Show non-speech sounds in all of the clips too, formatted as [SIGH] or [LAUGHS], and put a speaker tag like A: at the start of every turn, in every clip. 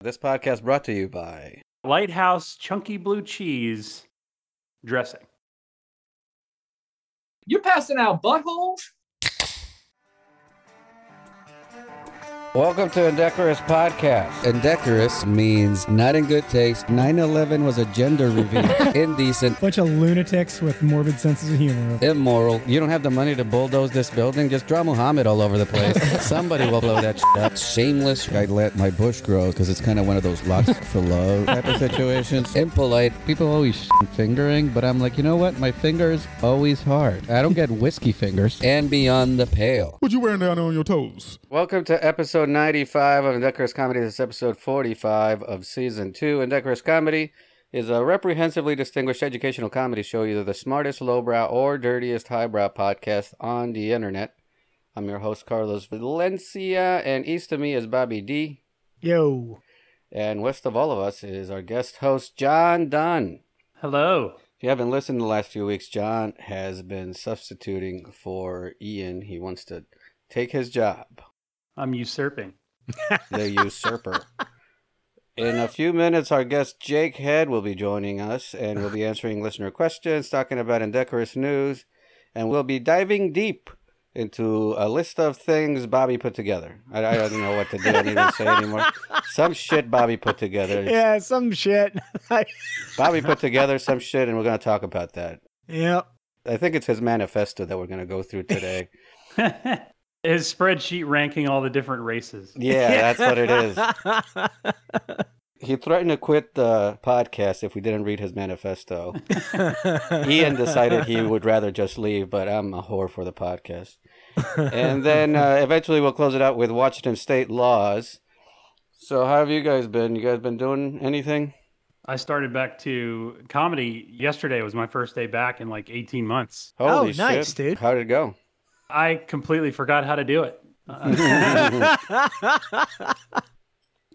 A: This podcast brought to you by
B: Lighthouse chunky blue cheese dressing.
C: You're passing out buttholes?
A: Welcome to Indecorous Podcast. Indecorous means not in good taste. 9 11 was a gender [LAUGHS] reveal. Indecent.
D: Bunch of lunatics with morbid senses of humor.
A: Immoral. You don't have the money to bulldoze this building. Just draw Muhammad all over the place. [LAUGHS] Somebody will blow that shit up. Shameless. I let my bush grow because it's kind of one of those lots for love type of situations. Impolite. People always shit fingering, but I'm like, you know what? My finger's always hard. I don't get whiskey fingers. And beyond the pale.
E: What you wearing down there on your toes?
A: Welcome to episode 95 of Indecorous Comedy. This is episode 45 of season 2. Indecorous Comedy is a reprehensively distinguished educational comedy show, either the smartest lowbrow or dirtiest highbrow podcast on the internet. I'm your host, Carlos Valencia, and east of me is Bobby D.
D: Yo.
A: And west of all of us is our guest host, John Dunn.
B: Hello.
A: If you haven't listened the last few weeks, John has been substituting for Ian. He wants to take his job.
B: I'm usurping. [LAUGHS]
A: the usurper. In a few minutes, our guest Jake Head will be joining us and we'll be answering listener questions, talking about indecorous news, and we'll be diving deep into a list of things Bobby put together. I, I don't know what to do. I don't even say anymore. Some shit Bobby put together.
D: Yeah, some shit.
A: Bobby put together some shit, and we're going to talk about that.
D: yep.
A: I think it's his manifesto that we're going to go through today.
B: His spreadsheet ranking all the different races.
A: Yeah, that's what it
D: [LAUGHS]
A: is. He threatened to quit the podcast if we didn't read his manifesto. Ian decided he would rather just leave, but I'm a whore for the podcast. And then uh, eventually we'll close it out with Washington state laws. So, how have you guys been? You guys been doing anything?
B: I started back to comedy yesterday was my first day back in like 18 months.
A: Holy
D: Oh, nice, dude.
A: How did it go? [LAUGHS]
B: I completely forgot how to do it. Uh,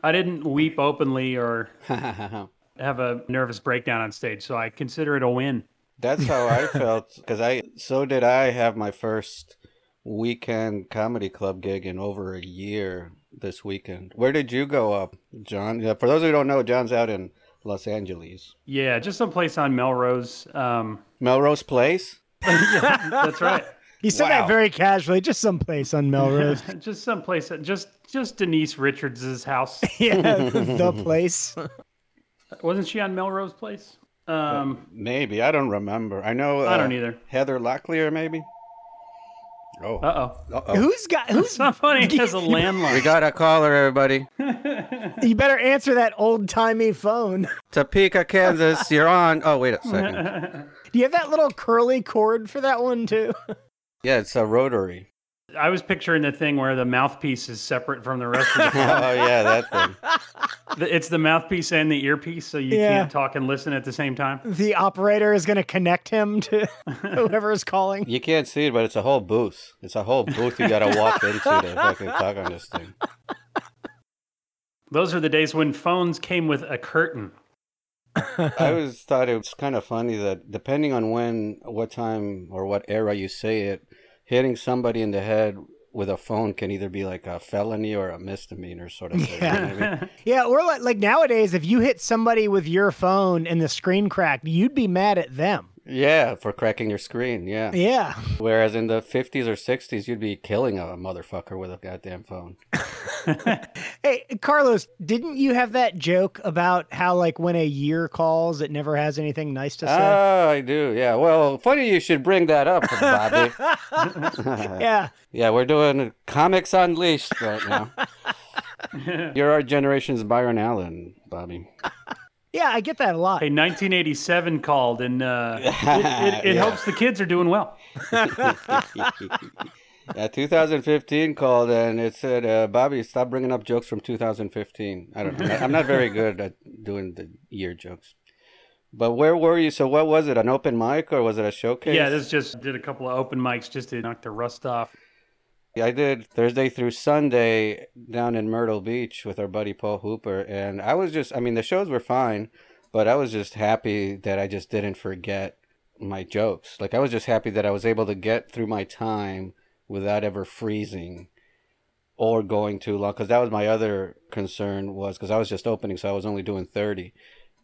B: I didn't weep openly or have a nervous breakdown on stage, so I consider it a win.
A: That's how I felt because I so did I have my first weekend comedy club gig in over a year this weekend. Where did you go up, John? Yeah, for those who don't know, John's out in Los Angeles,
B: Yeah, just someplace on Melrose. Um,
A: Melrose Place.
B: that's right.
D: He
A: Wow.
D: said that very casually, just someplace
A: [LAUGHS]
D: on Melrose.
B: [LAUGHS]
D: [LAUGHS]
B: just someplace. Just just Denise Richards's house.
D: yeah, the place.
A: Oh.
B: Wasn't she on Melrose Place? Um,
A: Maybe I don't remember. I know uh,
B: I don't either.
A: Heather Locklear, maybe. Oh,
B: Uh oh.
A: uh-oh.
D: Who's got
B: [LAUGHS]
D: who's
B: It's not funny. It
D: [LAUGHS]
B: has a
A: we
B: landline. [LAUGHS]
A: got a caller, everybody.
D: you better answer that old timey phone.
A: Topeka, Kansas, you're on. Oh, wait a
B: [LAUGHS]
A: second.
D: Do you have that little curly cord for that one too?
A: Yeah, it's a rotary.
B: I was picturing the thing where the mouthpiece is separate from the rest of
A: oh yeah, that thing.
D: [LAUGHS]
B: the. [LAUGHS] It's the mouthpiece and the earpiece, so you
D: Yeah.
B: can't talk and listen at the same time.
D: The operator is gonna connect him to [LAUGHS] whoever is calling.
A: You can't see it, but it's a whole booth. It's a whole booth you gotta walk into to fucking talk on this thing.
B: Those are the days when phones came with a curtain. [LAUGHS]
A: I always thought it was kind of funny that depending on when, what time, or what era you say it, hitting somebody in the head with a phone can either be like a felony or a misdemeanor sort of thing. you know what I mean?
D: Yeah, or like like nowadays, if you hit somebody with your phone and the screen cracked, you'd be mad at them.
A: Yeah, for cracking your screen. Yeah.
D: Yeah.
A: Whereas in the 50s or 60s, you'd be killing a motherfucker with a goddamn phone.
D: Hey, Carlos, didn't you have that joke about how, like, when a year calls, it never has anything nice to say?
A: Oh, I do. Yeah. Well, funny you should bring that up, Bobby.
D: [LAUGHS] yeah.
A: Yeah, we're doing Comics Unleashed right now. You're our generation's Byron Allen, Bobby.
D: Yeah, I get that
B: [LAUGHS]
D: a lot.
B: Hey, 1987 called, and uh, it, it, it
D: [LAUGHS]
A: Yeah.
B: hopes the kids are doing well.
A: [LAUGHS] yeah, 2015 called and it said, uh, Bobby, stop bringing up jokes from 2015. I don't know. I'm not very good at doing the year jokes. But where were you? So, what was it? An open mic or was it a showcase?
B: Yeah, this just did a couple of open mics just to knock the rust off.
A: Yeah, I did Thursday through Sunday down in Myrtle Beach with our buddy Paul Hooper. And I was just, I mean, the shows were fine, but I was just happy that I just didn't forget my jokes. Like, I was just happy that I was able to get through my time without ever freezing or going too long because that was my other concern was because I was just opening, so I was only doing thirty,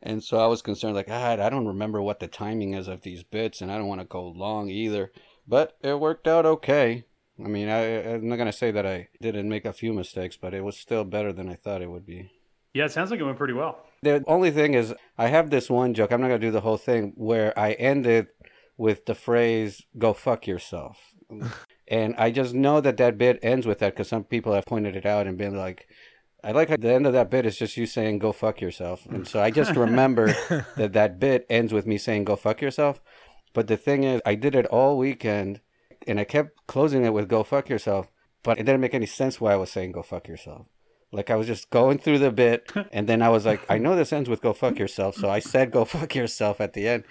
A: and so I was concerned like God, I don't remember what the timing is of these bits, and I don't want to go long either. But it worked out okay. I mean, I, I'm not gonna say that I didn't make a few mistakes, but it was still better than I thought it would be.
B: Yeah, it sounds like it went pretty
D: [LAUGHS]
B: well.
A: The only thing is, I have this one joke. I'm not gonna do the whole thing where I ended with the phrase "Go fuck yourself." And I just know that that bit ends with that because some people have pointed it out and been like, I like how the end of that bit is just you saying, go fuck yourself. And so I just remember that that bit ends with me saying, go fuck yourself. But the thing is, I did it all weekend and I kept closing it with, go fuck yourself. But it didn't make any sense why I was saying, go fuck yourself. Like I was just going through the bit, and then I was like, I know this ends with "go fuck yourself," so I said "go [LAUGHS] fuck yourself" at the end.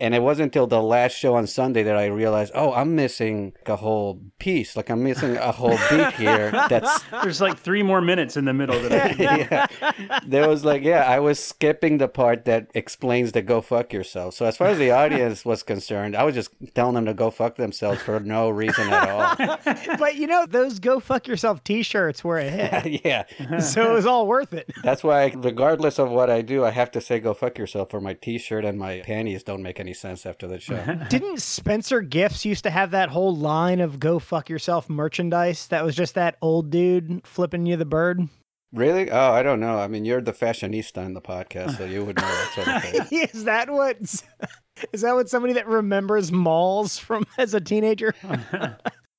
A: And it wasn't until the last show on Sunday that I realized, oh, I'm missing a whole piece. Like I'm missing a whole beat here. [LAUGHS] That's
B: There's like three more minutes in the middle that I can
A: yeah. There was like, yeah, I was skipping the part that explains the "go fuck yourself." So as far as the audience was concerned, I was just telling them to go fuck themselves for no reason at all. [LAUGHS]
D: but you know, those go fuck yourself t shirts were a
A: [LAUGHS]
D: hit.
A: yeah.
D: so it was all worth it.
A: That's why, I, regardless of what I do, I have to say "go fuck yourself," or my T-shirt and my panties don't make any sense after the
B: [LAUGHS]
A: show.
D: Didn't Spencer Gifts used to have that whole line of go fuck yourself merchandise that was just that old dude flipping you the bird? [LAUGHS]
A: really? Oh, I don't know. I mean, you're the fashionista in the podcast, so you would know that sort of
D: [LAUGHS]
A: thing.
D: is that what is that what somebody that remembers malls from [LAUGHS] as a teenager?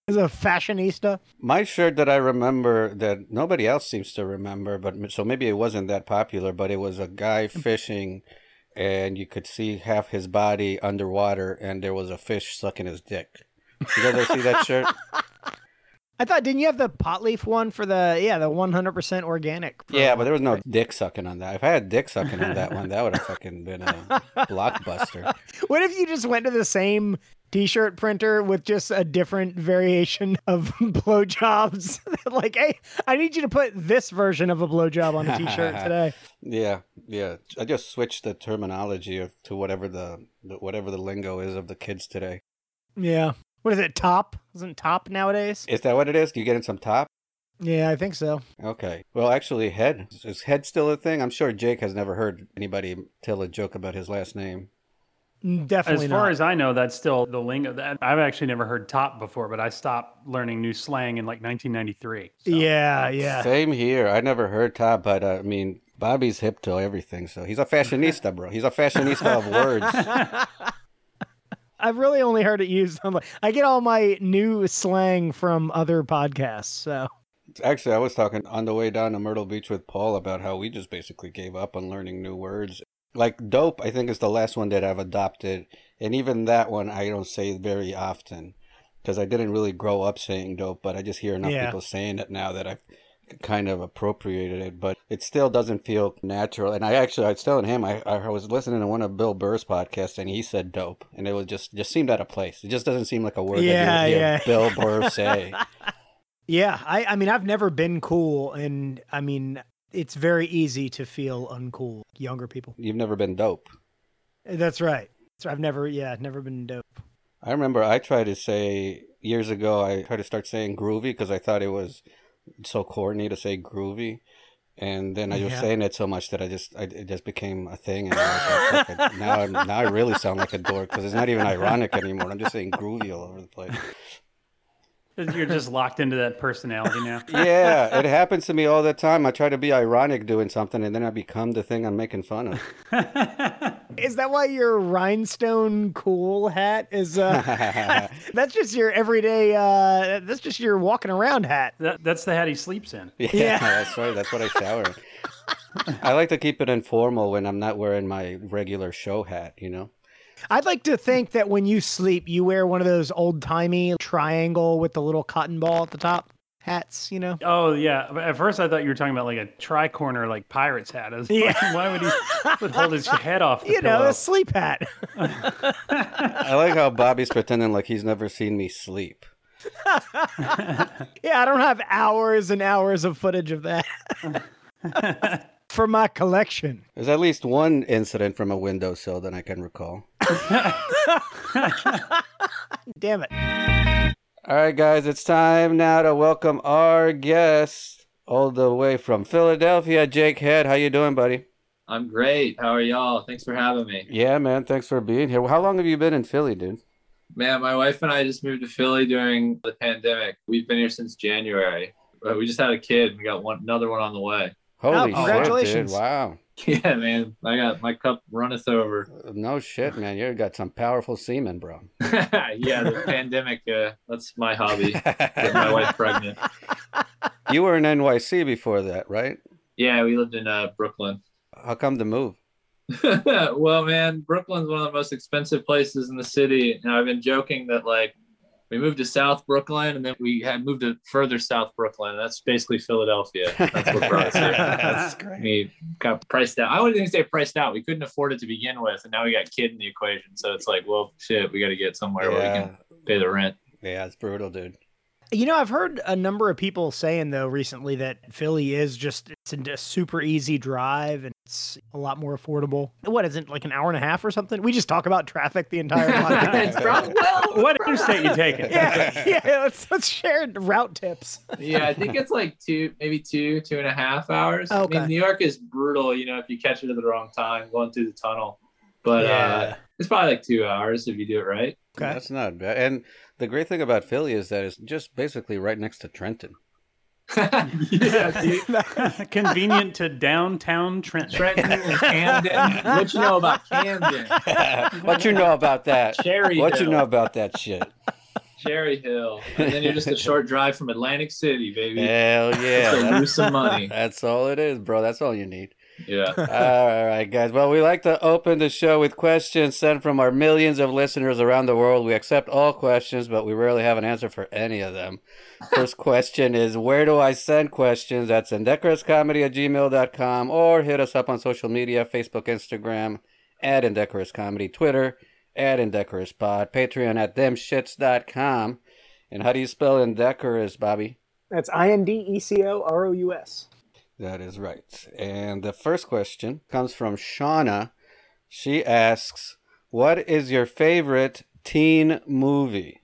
D: as a fashionista?
A: My shirt that I remember that nobody else seems to remember, but so maybe it wasn't that popular, but it was a guy fishing, and you could see half his body underwater, and there was a fish sucking his dick. You guys ever see that shirt?
D: I thought didn't you have the pot leaf one for the yeah, the 100% organic? for-
A: Yeah, but there was no dick sucking on that. If I had dick sucking on that one, that would have fucking been a blockbuster.
D: What if you just went to the same t-shirt printer with just a different variation of [LAUGHS] blowjobs? [LAUGHS] like, hey, I need you to put this version of a blowjob on a t-shirt
B: [LAUGHS]
D: today.
A: Yeah, yeah. I just switched the terminology of, to whatever the, the whatever the lingo is of the kids today.
D: Yeah. What is it? Top? Isn't top nowadays?
A: Is that what it is? Do you get in some top?
D: Yeah, I think so.
A: Okay. Well, actually, head is head still a thing? I'm sure Jake has never heard anybody tell a joke about his last name.
D: Mm,
B: As
D: Definitely
B: far
D: not.
B: as I know, that's still the lingo. That I've actually never heard top before, but I stopped learning new slang in like 1993. so.
D: yeah, yeah.
A: Same here. I never heard top, but uh, I mean, Bobby's hip to everything, so he's a fashionista, bro. He's a fashionista of words.
D: [LAUGHS] I've really only heard it used on like I get all my new slang from other podcasts. So
A: Actually, I was talking on the way down to Myrtle Beach with Paul about how we just basically gave up on learning new words. Like dope, I think is the last one that I've adopted, and even that one I don't say very often because I didn't really grow up saying dope, but I just hear enough
D: Yeah.
A: people saying it now that I've kind of appropriated it, but it still doesn't feel natural. And I actually, I was telling him, I, I was listening to one of Bill Burr's podcasts, and he said dope, and it was just just seemed out of place. It just doesn't seem like a word
D: Yeah,
A: that you would hear
D: yeah. [LAUGHS]
A: Bill Burr say.
D: yeah, I, I mean I've never been cool and I mean it's very easy to feel uncool, younger people.
A: You've never been dope.
D: That's right. So I've never, yeah, never been dope.
A: I remember I tried to say years ago, I tried to start saying groovy because I thought it was so corny to say groovy. And then I was
D: Yeah.
A: saying it so much that I just, I, it just became a thing. And I was like, "Fuck it." now, I'm, now I really sound like a dork because it's not even ironic anymore. I'm just saying groovy all over the place.
B: You're just locked into that personality
D: [LAUGHS]
B: now. [LAUGHS]
A: Yeah, it happens to me all the time. I try to be ironic doing something, and then I become the thing I'm making fun of. [LAUGHS]
D: Is that why your rhinestone cool hat
B: [LAUGHS]
D: is? Uh, that's just your everyday. Uh, that's just your walking around hat.
B: That, that's the hat he sleeps in.
A: Yeah, [LAUGHS]
D: Yeah.
A: that's right. That's what I shower. in. I like to keep it informal when I'm not wearing my regular show hat. You know.
D: I'd like to think that when you sleep, you wear one of those old timey triangle with the little cotton ball at the top hats. You know.
B: Oh yeah. But At first, I thought you were talking about like a tricorner, like pirate's hat. I was like,
D: Yeah.
B: Why would he would hold his head off the
D: You know,
B: pillow? [LAUGHS]
D: [LAUGHS] a sleep hat.
A: I like how Bobby's pretending like he's never seen me sleep.
D: Yeah, I don't have hours and hours of footage of
E: [LAUGHS]
D: that for my collection.
A: There's at least one incident from a windowsill that I can recall.
D: Damn it.
A: All All right, guys, it's time now to welcome our guest all the way from Philadelphia, Jake Head. How you doing, buddy?
C: I'm great. How are y'all? Thanks for having me.
A: Yeah, man. Thanks for being here. How long have you been in Philly, dude?
C: Man, my wife and I just moved to Philly during the pandemic. We've been here since January. Uh, We just had a kid. We got one another one on the way. [LAUGHS]
A: Holy
D: Oh,
A: shit, dude.
D: congratulations.
A: Wow.
C: Yeah, man. I got my cup runneth over. [LAUGHS]
A: No shit, man. You got some powerful semen, [LAUGHS] bro.
C: yeah, the [LAUGHS] pandemic. Uh, that's my hobby. Get my wife pregnant.
A: you were in NYC before that, right?
C: Yeah, we lived in uh, Brooklyn.
A: How come the move?
C: [LAUGHS] well, man, Brooklyn's one of the most expensive places in the city. And I've been joking that like we moved to South Brooklyn and then we had moved to further South Brooklyn. And that's basically Philadelphia.
A: [LAUGHS]
C: That's what brought us here.
A: That's great.
C: We got priced out. I wouldn't even say priced out. We couldn't afford it to begin with. And now we got kid in the equation. So it's like, well, shit, we got to get somewhere where we
A: Yeah.
C: can pay the rent.
A: yeah, it's brutal, dude.
D: You know, I've heard a number of people saying though recently that Philly is just it's a super easy drive and it's a lot more affordable. What is it like an hour and a half or something? We just talk about traffic
E: [LAUGHS]
D: the entire podcast.
C: It's prob- [LAUGHS] well,
B: What interstate you taking?
D: yeah, yeah. Let's, let's share route tips.
C: yeah, I think it's like two, maybe two, two and a half hours. I
D: Okay.
C: mean, New York is brutal, you know, if you catch it at the wrong time going through the tunnel. But uh, it's probably like two hours if you do it right.
D: Okay.
A: That's not bad. And the great thing about Philly is that it's just basically right next to Trenton.
C: yeah,
B: [LAUGHS]
C: dude.
B: Convenient to downtown Trenton.
C: Trenton and Camden. What you know about Camden?
A: what you know about that?
C: Cherry
A: What
C: Hill.
A: you know about that shit?
C: Cherry Hill. And then you're just a short drive from Atlantic City, baby.
A: Hell yeah.
C: so
A: That's,
C: lose some money.
A: that's all it is, bro. That's all you need.
C: Yeah.
A: All right, guys. Well, we like to open the show with questions sent from our millions of listeners around the world. We accept all questions, but we rarely have an answer for any of them. First question is Where do I send questions? That's indecorouscomedy at gmail.com or hit us up on social media Facebook, Instagram, at Indecorous Comedy, Twitter, at Indecorous Pod, Patreon at themshits.com. And how do you spell indecorous, Bobby?
E: [LAUGHS] That's I N D E C O R O U S.
A: That is right. And the first question comes from Shauna. She asks, What is your favorite teen movie?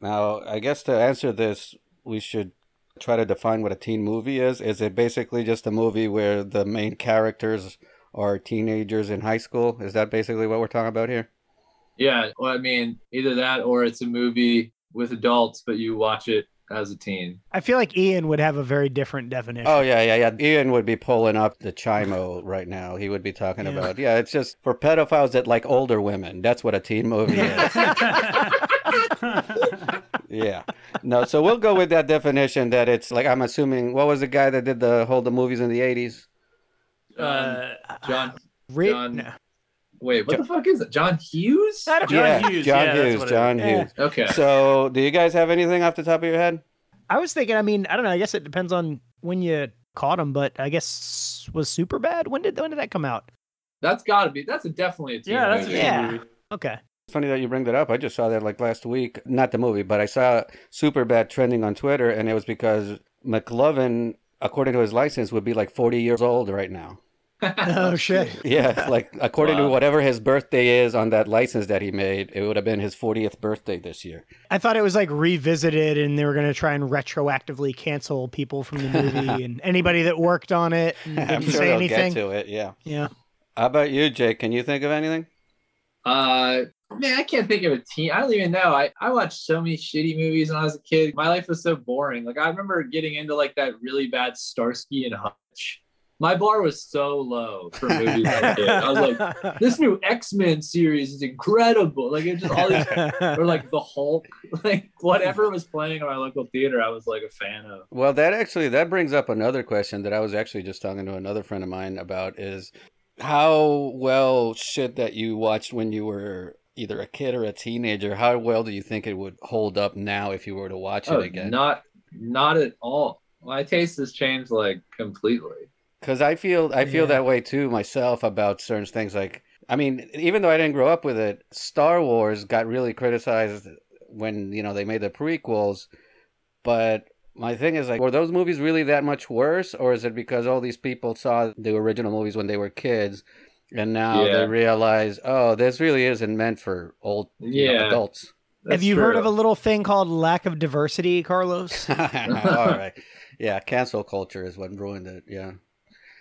A: Now, I guess to answer this, we should try to define what a teen movie is. Is it basically just a movie where the main characters are teenagers in high school? Is that basically what we're talking about here?
C: Yeah. Well, I mean, either that or it's a movie with adults, but you watch it as a teen.
D: I feel like Ian would have a very different definition.
A: [LAUGHS] Oh yeah, yeah, yeah. Ian would be pulling up the chimo right now. He would be talking
D: Yeah.
A: about yeah. It's just for pedophiles that like older women. That's what a teen [LAUGHS] movie is. yeah. No. So we'll go with that definition. That it's like I'm assuming. What was the guy that did the whole the movies in the '80s?
B: Uh,
C: Um, John,
D: Ri-
C: John-
D: Uh, no.
C: wait, what the fuck is it? John Hughes?
D: I don't-
B: John
A: yeah,
B: Hughes,
A: John
B: yeah, that's
A: Hughes.
B: what it
A: John
D: is.
A: Hughes.
C: Okay.
A: So, do you guys have anything off the top of your head?
D: I was thinking. I mean, I don't know. I guess it depends on when you caught him, but I guess was super bad. When did when did that come out?
C: That's got to be. That's a, definitely a teen
B: Yeah, that's a
C: movie.
B: teen
D: Yeah.
B: movie.
C: [LAUGHS]
D: Okay.
A: It's funny that you bring that up. I just saw that like last week. Not the movie, but I saw Superbad trending on Twitter, and it was because McLovin, according to his license, would be like 40 years old right now.
D: Oh shit.
A: Yeah, like according to
C: Wow.
A: whatever his birthday is on that license that he made, it would have been his 40th birthday this year. [LAUGHS]
D: I thought it was like revisited, and they were going to try and retroactively cancel people from the
C: [LAUGHS]
D: movie and anybody that worked
A: [LAUGHS]
D: on it. And
A: I'm
D: didn't
A: sure
D: say
A: they'll
D: anything.
A: get to it. Yeah.
C: [LAUGHS]
D: Yeah.
A: How about you, Jake? Can you think of anything?
C: Uh, man, I can't think of a teen. I don't even know. I, I watched so many shitty movies when I was a kid. My life was so boring. Like I remember getting into like that really bad Starsky and Hutch. My bar was so low for movies. as a kid. I was
D: [LAUGHS]
C: like, this new X Men series is incredible. Like it just all these or like the Hulk, [LAUGHS] like whatever was playing in my local theater, I was like a fan of.
A: Well, that actually that brings up another question that I was actually just talking to another friend of mine about is how well shit that you watched when you were either a kid or a teenager, how well do you think it would hold up now if you were to watch
C: Oh,
A: it again?
C: not not at all. My taste has changed like completely.
A: because I feel I feel
D: Yeah.
A: that way too myself about certain things. Like, I mean, even though I didn't grow up with it, Star Wars got really criticized when you know they made the prequels. But my thing is like, were those movies really that much worse, or is it because all these people saw the original movies when they were kids, and now
C: Yeah.
A: they realize, oh, this really isn't meant for old you know,
C: Yeah.
A: adults. [LAUGHS]
D: Have you heard of a little thing called lack of diversity, Carlos?
A: [LAUGHS] All right. Yeah, cancel culture is what ruined it. Yeah. [LAUGHS]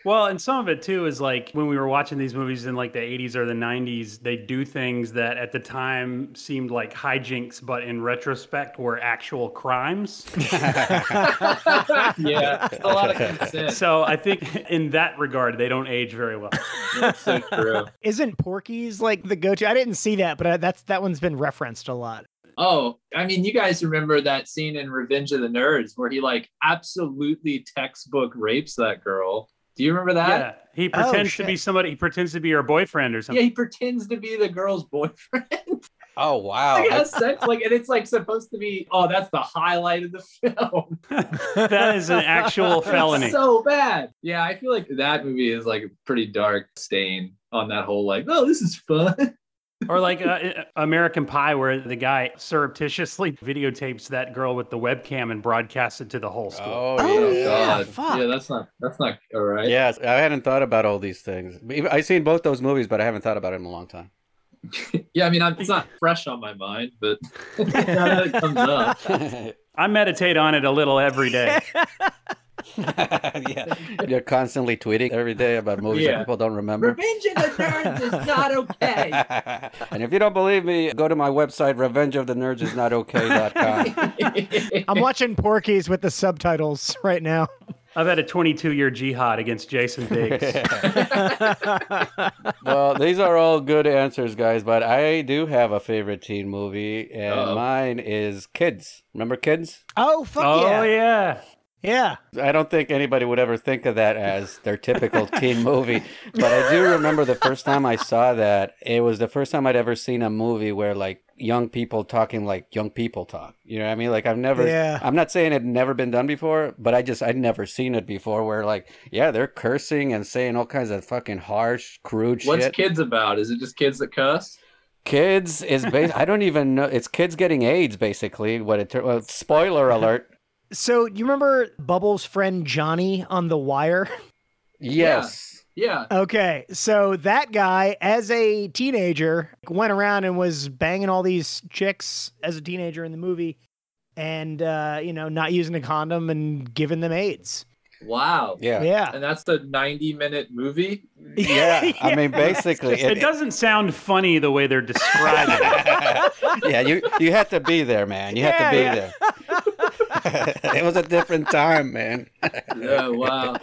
B: Well, and some of it too is like when we were watching these movies in like the 80s or the 90s, they do things that at the time seemed like hijinks, but in retrospect were actual crimes.
C: [LAUGHS] [LAUGHS] yeah, a lot of consent.
B: so I think in that regard, they don't age very well.
C: That's [LAUGHS] so true.
D: Isn't Porky's like the go-to? I didn't see that, but I, that's that one's been referenced a lot.
C: Oh, I mean, you guys remember that scene in Revenge of the Nerds where he like absolutely textbook rapes that girl. Do you remember
B: Yeah.
C: that?
B: He
D: Oh,
B: pretends to be
D: shit.
B: somebody, he pretends to be her boyfriend or
C: Yeah,
B: something.
C: he pretends to be the girl's boyfriend. [LAUGHS]
A: Oh wow.
C: like, has sex, like, and it's like supposed to be. Oh, that's the highlight of the film.
B: [LAUGHS]
C: [LAUGHS]
B: that is an actual felony.
C: It's so bad. Yeah, I feel like that movie is like a pretty dark stain on that whole like. Oh, this is fun. [LAUGHS]
B: or like uh, uh, American Pie, where the guy surreptitiously [LAUGHS] videotapes that girl with the webcam and broadcasts it to the whole school.
A: Oh,
D: Oh,
A: yeah.
D: yeah,
C: God.
D: fuck.
C: Yeah, that's not. That's not all right.
A: Yes, I hadn't thought about all these things. Even- I've seen both those movies, but I haven't thought about it in a long
C: [LAUGHS]
A: time. [LAUGHS]
C: Yeah, I mean, I'm, it's not fresh on my mind, but
A: [LAUGHS]
C: now that it comes up.
B: I meditate on it a little every day.
A: yeah, you're constantly tweeting every day about movies that
C: Yeah.
A: people don't remember.
C: Revenge of the Nerds is not okay.
A: [LAUGHS] and if you don't believe me, go to my website,
C: [LAUGHS]
A: revengeofthenerdsisnotok.com.
D: [LAUGHS] I'm watching Porky's with the subtitles [LAUGHS] right now.
B: I've had a 22 year jihad against Jason Biggs.
A: [LAUGHS] well, these are all good answers, guys, but I do have a favorite teen movie, and
C: Uh-oh.
A: mine is Kids. Remember Kids?
D: Oh fuck
B: oh,
D: yeah. yeah.
B: yeah.
A: I don't think anybody would ever think of that as their typical teen movie, but I do remember the first time I saw that. It was the first time I'd ever seen a movie where like young people talking like young people talk. You know what I mean? Like I've never.
D: Yeah.
A: I'm not saying it had never been done before, but I just I'd never seen it before. Where like yeah, they're cursing and saying all kinds of fucking harsh, crude
C: [LAUGHS] What's
A: shit.
C: kids about? Is it just kids that cuss?
A: kids is bas- I don't even know. It's kids getting AIDS, basically. What it tur- well, spoiler alert.
D: So you remember Bubbles' friend Johnny on The Wire? [LAUGHS]
A: Yes.
C: Yeah.
D: Okay, so that guy, as a teenager, went around and was banging all these chicks as a teenager in the movie, and uh, you know, not using a condom and giving them AIDS.
C: Wow.
A: Yeah.
D: Yeah,
C: And that's the 90 minute movie.
A: [LAUGHS] Yeah,
D: [LAUGHS]
A: I mean, basically,
B: It doesn't sound funny the way they're describing
A: [LAUGHS]
B: it.
A: yeah, you you had to be there, man. You had to be
D: Yeah,
A: there. [LAUGHS] it was a different time, man.
C: Yeah. Wow.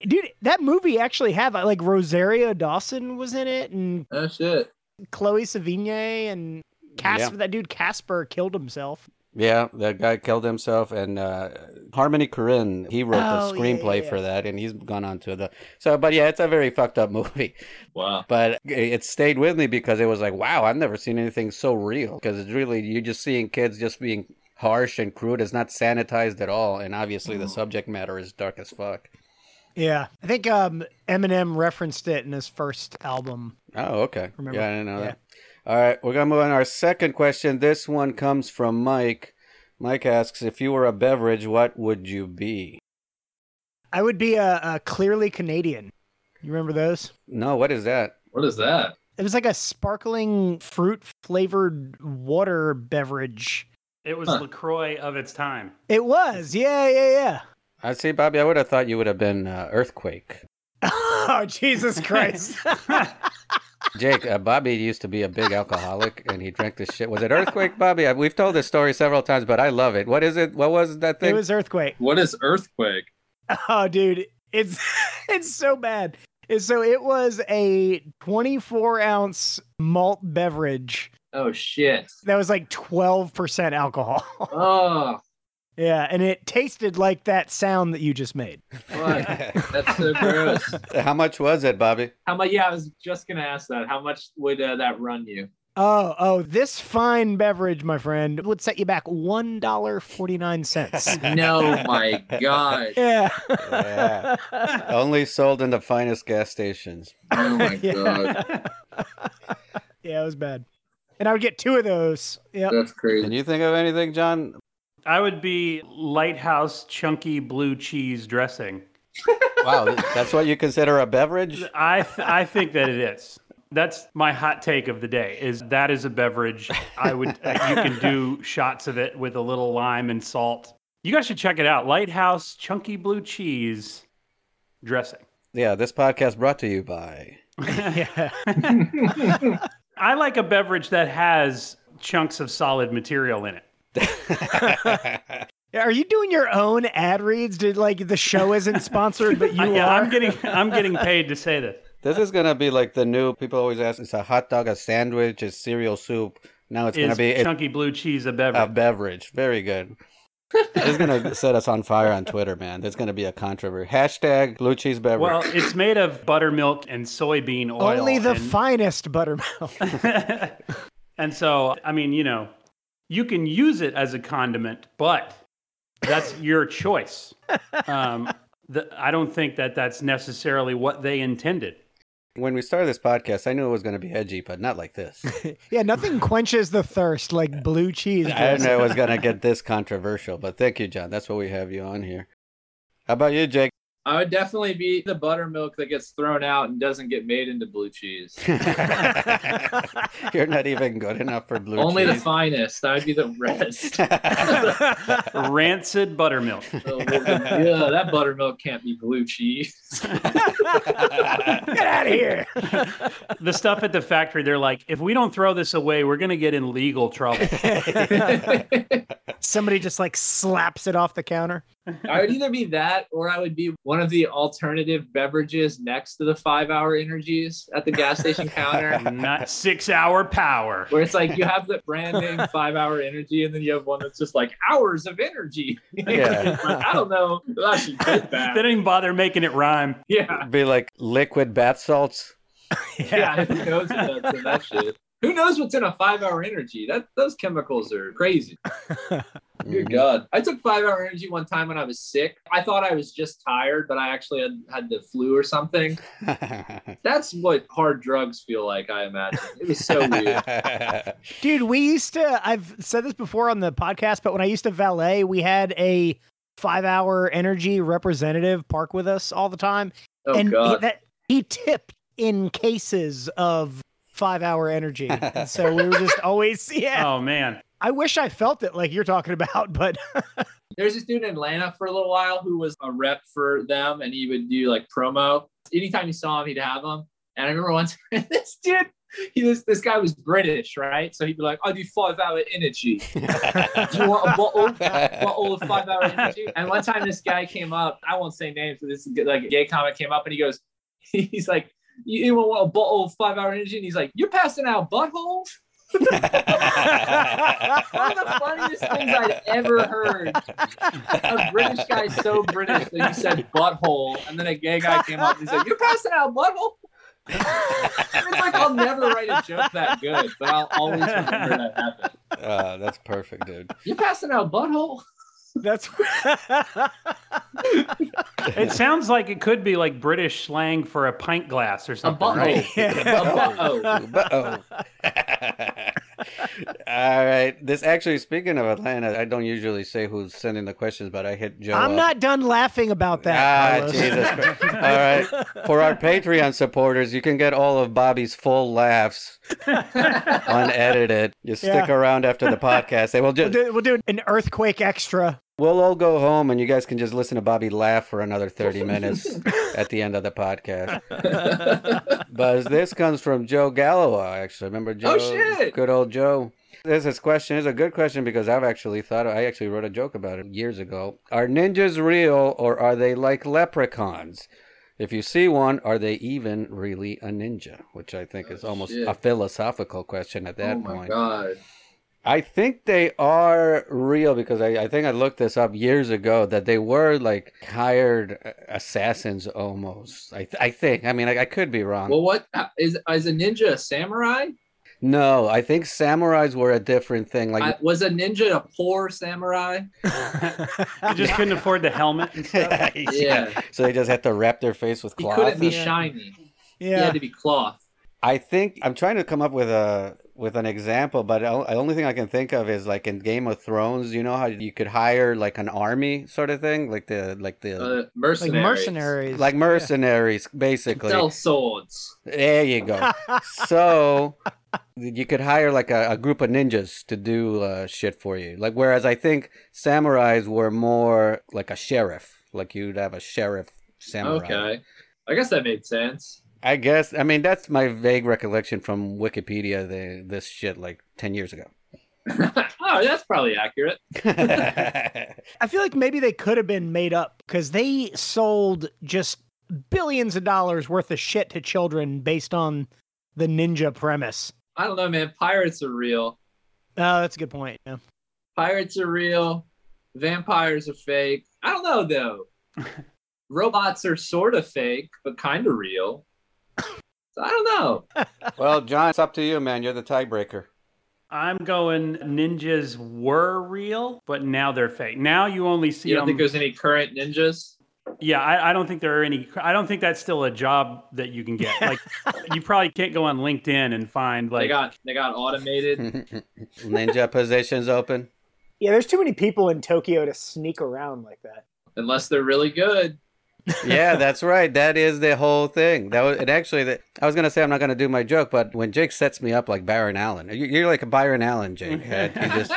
D: dude, that movie actually had like Rosario Dawson was in it, and
C: Oh shit.
D: Chloe Sevigny, and Casper. That dude Casper killed himself.
A: Yeah, that guy killed himself, and uh, Harmony Korine, he wrote
D: Oh,
A: the
D: yeah,
A: screenplay
D: yeah,
A: for that, and he's gone on to the. So, but yeah, it's a very fucked up movie, [LAUGHS]
C: Wow.
A: but it stayed with me because it was like, wow, I've never seen anything so real. Because it's really you're just seeing kids just being harsh and crude. It's not sanitized at all, and obviously the subject matter is dark as fuck.
D: Yeah, I think um, Eminem referenced it in his first album.
A: Oh, okay.
D: Remember?
A: Yeah, I didn't know
D: Yeah.
A: that. All right, we're gonna move on. to Our second question. This one comes from Mike. Mike asks, "If you were a beverage, what would you be?"
D: I would be a, a clearly Canadian. You remember those?
A: No, what is that?
C: What is that?
D: It was like a sparkling fruit flavored water beverage.
B: It was
C: Huh.
B: LaCroix of its time. [LAUGHS]
D: It was, yeah, yeah, yeah. [LAUGHS]
A: I see, Bobby. I would have thought you would have been uh, earthquake.
D: Oh Jesus Christ! [LAUGHS]
A: Jake, uh, Bobby used to be a big alcoholic, and he drank this shit. Was it earthquake, Bobby? I, we've told this story several times, but I love it. What is it? What was that
D: it
A: thing?
D: was earthquake.
C: What is earthquake?
D: Oh, dude, it's [LAUGHS] it's so bad. And so it was a 24 ounce malt beverage
C: Oh shit.
D: that was like 12% alcohol. [LAUGHS]
C: Oh,
D: yeah, and it tasted like that sound that you just made.
C: fuck.
D: [LAUGHS]
C: That's so gross.
A: How much was it, Bobby?
C: How much? Yeah, I was just gonna ask that. How much would uh, that run you?
D: Oh, oh, this fine beverage, my friend, would set you back $1.49.
C: No,
A: [LAUGHS]
C: my god.
D: yeah.
A: Yeah. Only sold in the finest gas stations.
C: Oh my
D: Yeah.
C: god.
D: [LAUGHS] Yeah, it was bad. And I would get two of those.
C: [LAUGHS]
D: Yep.
C: That's
A: Can
C: crazy.
A: you think of anything, John?
B: I would be lighthouse chunky blue cheese dressing.
A: Wow, that's what you consider a beverage?
B: I th- I think that it is. That's my hot take of the day. Is that is a beverage I would uh, you can do shots of it with a little lime and salt. You guys should check it out. Lighthouse chunky blue cheese dressing.
A: Yeah, this podcast brought to you by.
D: yeah.
B: I like a beverage that has chunks of solid material in it.
D: Are you doing your own ad reads? Did like the show isn't sponsored, but you
B: I, yeah,
D: are?
B: I'm getting I'm getting paid to say this.
A: this is gonna be like the new. People always ask: Is a hot dog a sandwich? Is cereal soup? Now it's gonna
B: Is
A: be a,
B: chunky blue cheese a
A: a
B: beverage?
A: beverage. Very good. it's gonna set us on fire on Twitter, man. There's gonna be a controversy. Hashtag blue cheese beverage.
B: well, it's made of buttermilk and soybean oil.
D: Only the
B: and-
D: finest buttermilk. [LAUGHS]
B: [LAUGHS] and so, I mean, you know, you can use it as a condiment, but that's your choice. Um, the, I don't think that that's necessarily what they intended.
A: when we started this podcast, I knew it was gonna be edgy, but not like this.
D: yeah, nothing quenches the thirst like blue cheese.
A: I didn't
D: does.
A: know it was gonna get this controversial, but thank you, John. That's why we have you on here. How about you, Jake? [LAUGHS]
C: I would definitely be the buttermilk that gets thrown out and doesn't get made into blue cheese.
A: You're not even good enough for [LAUGHS] blue
C: Only the
A: cheese.
C: finest. That would be the rest.
A: [LAUGHS]
B: Rancid buttermilk.
C: Oh, yeah, that buttermilk can't be blue cheese. [LAUGHS]
D: [LAUGHS]
A: [LAUGHS]
D: Get out of here.
B: The stuff at the factory, they're like, if we don't throw this away, we're going to get in legal trouble.
C: I
D: [LAUGHS] Somebody just like slaps it off the counter.
C: would either be that or I would be one of the alternative beverages next to the five hour energies at the
A: [LAUGHS]
C: gas station counter.
B: Not six hour power.
C: Where it's like you have the brand name five hour energy, and then you have one that's just like hours of energy. [LAUGHS]
A: Yeah.
C: Like, I don't know. if I should get
B: They
C: that.
B: didn't even bother making it rhyme.
C: Yeah.
A: [LAUGHS] Be like liquid bath salts.
C: Yeah. Who [LAUGHS] knows what that's in that shit? [LAUGHS] Who knows what's in a five hour energy? That those chemicals are crazy. Good
A: [LAUGHS] Mhm.
C: God. I took five hour energy one time when I was sick. I thought I was just tired, but I actually had, had the flu or something. That's what hard drugs feel like, I imagine. It was
A: [LAUGHS]
C: so weird.
D: Dude, we used to, I've said this before on the podcast, but when I used to valet, we had a five hour energy representative park with us all the time.
C: Oh,
D: and He,
C: God.
D: that, he tipped in cases of five hour energy. And so we were just always, [LAUGHS] yeah.
B: Oh, man.
D: I wish I felt it like you're talking about, but
C: There's this dude in Atlanta for a little while who was a rep for them, and he would do like promo. Anytime you saw him, he'd have him. And I remember once [LAUGHS] this dude, he was, this guy was British, right? So he'd be like, I do five hour energy. do you want a bottle? bottle of five hour energy. And one time this guy came up, I won't say names, but this like gay comic came up and he goes, [LAUGHS] he's like, you anyone want a bottle of five hour energy? And he's like, you're passing out buttholes. One of the funniest things I'd ever heard. A British guy so British that he said butthole, and then a gay guy came up and he said, "You're passing out butthole." [LAUGHS] it's like I'll never write a joke that good, but I'll always remember that happened.
A: [LAUGHS] Oh, that's perfect, dude.
C: You're passing out butthole.
E: [LAUGHS]
D: that's.
B: It sounds like it could be like British slang for a pint glass or something.
C: butthole.
B: right?
C: Uh-oh.
A: [LAUGHS] Uh-oh. All Oh. right. This actually, speaking of Atlanta, I don't usually say who's sending the questions, but I hit Joe.
D: I'm
A: up.
D: not done laughing about
A: ah,
D: that. Carlos.
A: Jesus Christ. All right. For our Patreon supporters, you can get all of Bobby's full
D: [LAUGHS]
A: laughs unedited. You stick
D: Yeah.
A: around after the podcast. They will
D: [LAUGHS] We'll
A: just
D: do, we'll do an earthquake extra.
A: we'll all go home and you guys can just listen to Bobby laugh for another
C: [LAUGHS]
A: 30 minutes at the end of the podcast. But this comes from Joe Gallowa, actually. Remember Joe?
C: Oh, shit!
A: Good old Joe. This is question is a good question because I've actually thought I actually wrote a joke about it years ago. Are ninjas real or are they like leprechauns? If you see one, are they even really a ninja? Which I think
C: Oh,
A: is almost
C: shit.
A: a philosophical question at that
C: oh my
A: point.
C: god.
A: I think they are real because I, I think I looked this up years ago that they were like hired uh, assassins almost. I, th- I think. I mean, I, I could be wrong.
C: Well, what uh, is is a ninja a samurai?
A: No, I think samurais were a different thing. [LAUGHS] Like,
C: I, was a ninja a poor samurai?
B: You just couldn't afford the helmet and stuff.
C: Yeah,
A: So they just had to wrap their face with
C: he
A: cloth.
C: couldn't be
A: and-
C: shiny. He
D: Yeah.
C: had to be cloth.
A: I think I'm trying to come up with a with an example, but the only thing I can think of is like in Game of Thrones. You know how you could hire like an army sort of thing, like the like the
C: Uh,
D: Like
C: mercenaries.
D: mercenaries.
A: like mercenaries, basically.
C: Sell swords.
A: There you go. so you could hire like a, a group of ninjas to do uh, shit for you. Like whereas I think samurais were more like a sheriff. Like you'd have a sheriff samurai.
C: Okay. I guess that made sense. [LAUGHS]
A: I guess. I mean, that's my vague recollection from Wikipedia. The, this shit like ten years ago. [LAUGHS]
C: oh, that's probably accurate.
D: I feel like maybe they could have been made up because they sold just billions of dollars worth of shit to children based on the ninja premise.
C: I don't know, man. Pirates are real.
D: Oh, that's a good point. Yeah.
C: Pirates are real. Vampires are fake. I don't know though.
A: [LAUGHS]
C: Robots are sort of fake, but kind of
A: [LAUGHS]
C: real. So I don't know.
A: well, John, it's up to you, man. You're the tiebreaker. [LAUGHS]
B: I'm going ninjas were real, but now they're fake. Now you only see
C: You don't
B: them.
C: think there's any current ninjas?
B: yeah, I, I don't think there are any. I don't think that's still a job that you can get.
C: [LAUGHS]
B: Like, you probably can't go on LinkedIn and find
C: they
B: like.
C: got they got
A: [LAUGHS]
C: automated.
A: Ninja positions open.
E: Yeah, there's too many people in Tokyo to sneak around like that.
C: Unless they're really good.
A: yeah, that's right. That is the whole thing. That was, and actually, that I was gonna say I'm not gonna do my joke, but when Jake sets me up like Byron Allen, you- you're like a Byron Allen, Jake. that you just-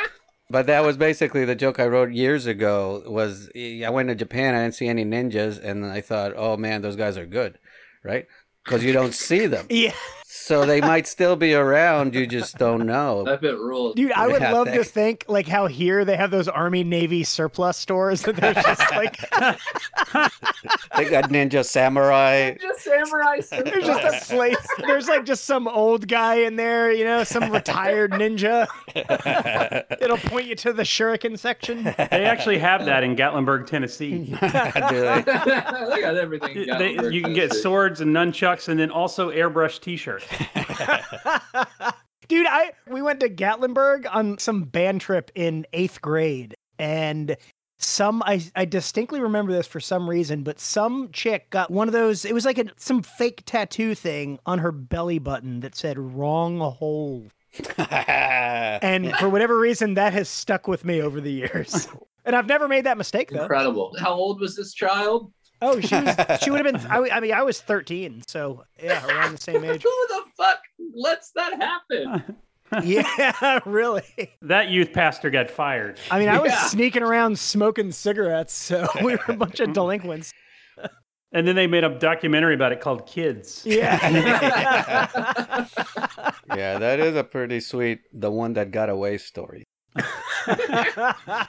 A: but that was basically the joke I wrote years ago. Was I went to Japan, I didn't see any ninjas, and I thought, oh man, those guys are good, right? Because you don't see them,
D: Yeah.
A: so they might still be around. You just don't know.
C: [LAUGHS] that bit rules. [LAUGHS]
D: Dude, I
A: [LAUGHS]
D: would
A: Yeah,
D: love
A: thanks.
D: to think like how here they have those Army Navy surplus stores that they're just like
A: They got ninja samurai. [LAUGHS]
C: Just samurai.
D: there's just a place there's like just some old guy in there, you know, some retired ninja. It'll point you to the shuriken section. [LAUGHS]
B: They actually have that
C: [LAUGHS]
B: in Gatlinburg, Tennessee.
A: Dude,
C: they got everything.
B: They-
C: got over
B: you can get
C: Tennessee.
B: swords and nunchucks, and then also airbrush T-shirts.
D: Dude, I we went to Gatlinburg on some band trip in eighth grade, and some I I distinctly remember this for some reason, but some chick got one of those. It was like a, some fake tattoo thing on her belly button that said "wrong hole," and for whatever reason, that has stuck with me over the years. [LAUGHS] And I've never made that mistake though.
C: incredible. How old was this child?
D: Oh, she was, she would have been. I, I mean, I was thirteen, so yeah, around
C: [LAUGHS]
D: the same age.
C: Who the fuck lets that happen?
D: Yeah, [LAUGHS] really.
B: That youth pastor got fired.
D: I mean, I was
C: Yeah.
D: sneaking around smoking cigarettes, so [LAUGHS] we were a bunch of delinquents.
B: And then they made a documentary about it called Kids.
D: Yeah.
A: [LAUGHS]
D: [LAUGHS]
A: yeah, that is a pretty sweet the one that got away story.
C: I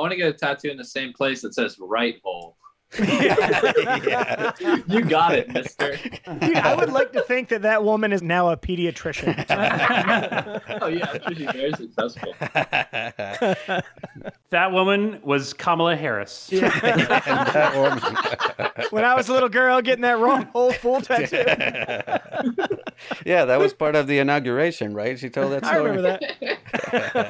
C: want to get a tattoo in the same place that says right hole.
A: Yeah.
C: You got it, mister.
D: Dude, I would like to think that that woman is now a pediatrician.
C: Oh yeah, I'm sure she's very successful.
A: that
B: That woman was Kamala Harris.
D: [LAUGHS]
A: woman.
D: When I was a little girl getting that wrong hole full tattoo.
A: [LAUGHS] yeah, that was part of the inauguration, right? She told that
D: I
A: story.
D: remember that.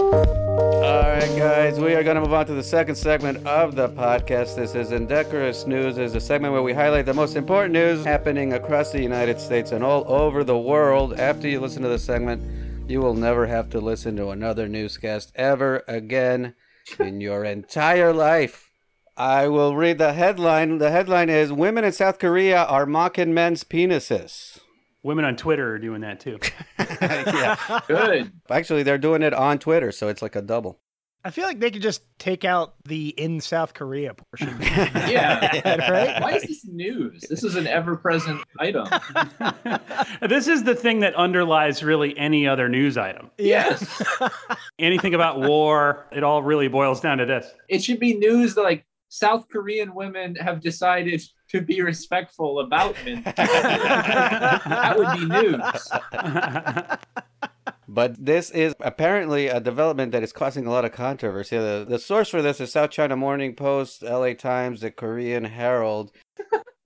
A: All right, guys, we are going to move on to the second segment of the podcast. This is Indecorous News. This is a segment where we highlight the most important news happening across the United States and all over the world. After you listen to this segment, you will never have to listen to another newscast ever again in your entire life. I will read the headline. The headline is Women in South Korea are mocking men's penises.
B: Women on Twitter are doing that too.
A: yeah.
C: Good.
A: Actually, they're doing it on Twitter, so it's like a double.
D: [LAUGHS] I feel like they could just take out the in South Korea portion.
C: Yeah.
D: [LAUGHS]
A: [LAUGHS]
D: Right?
C: Why is this news? This is an ever-present item.
B: [LAUGHS] this is the thing that underlies really any other news item.
D: [LAUGHS]
C: Yes.
B: Anything about war, it all really boils down to this. [LAUGHS]
C: It should be news that like South Korean women have decided to be respectful about
A: [LAUGHS]
C: men. that would be news.
A: But this is apparently a development that is causing a lot of controversy. The, the source for this is South China Morning Post, LA Times, the Korean Herald.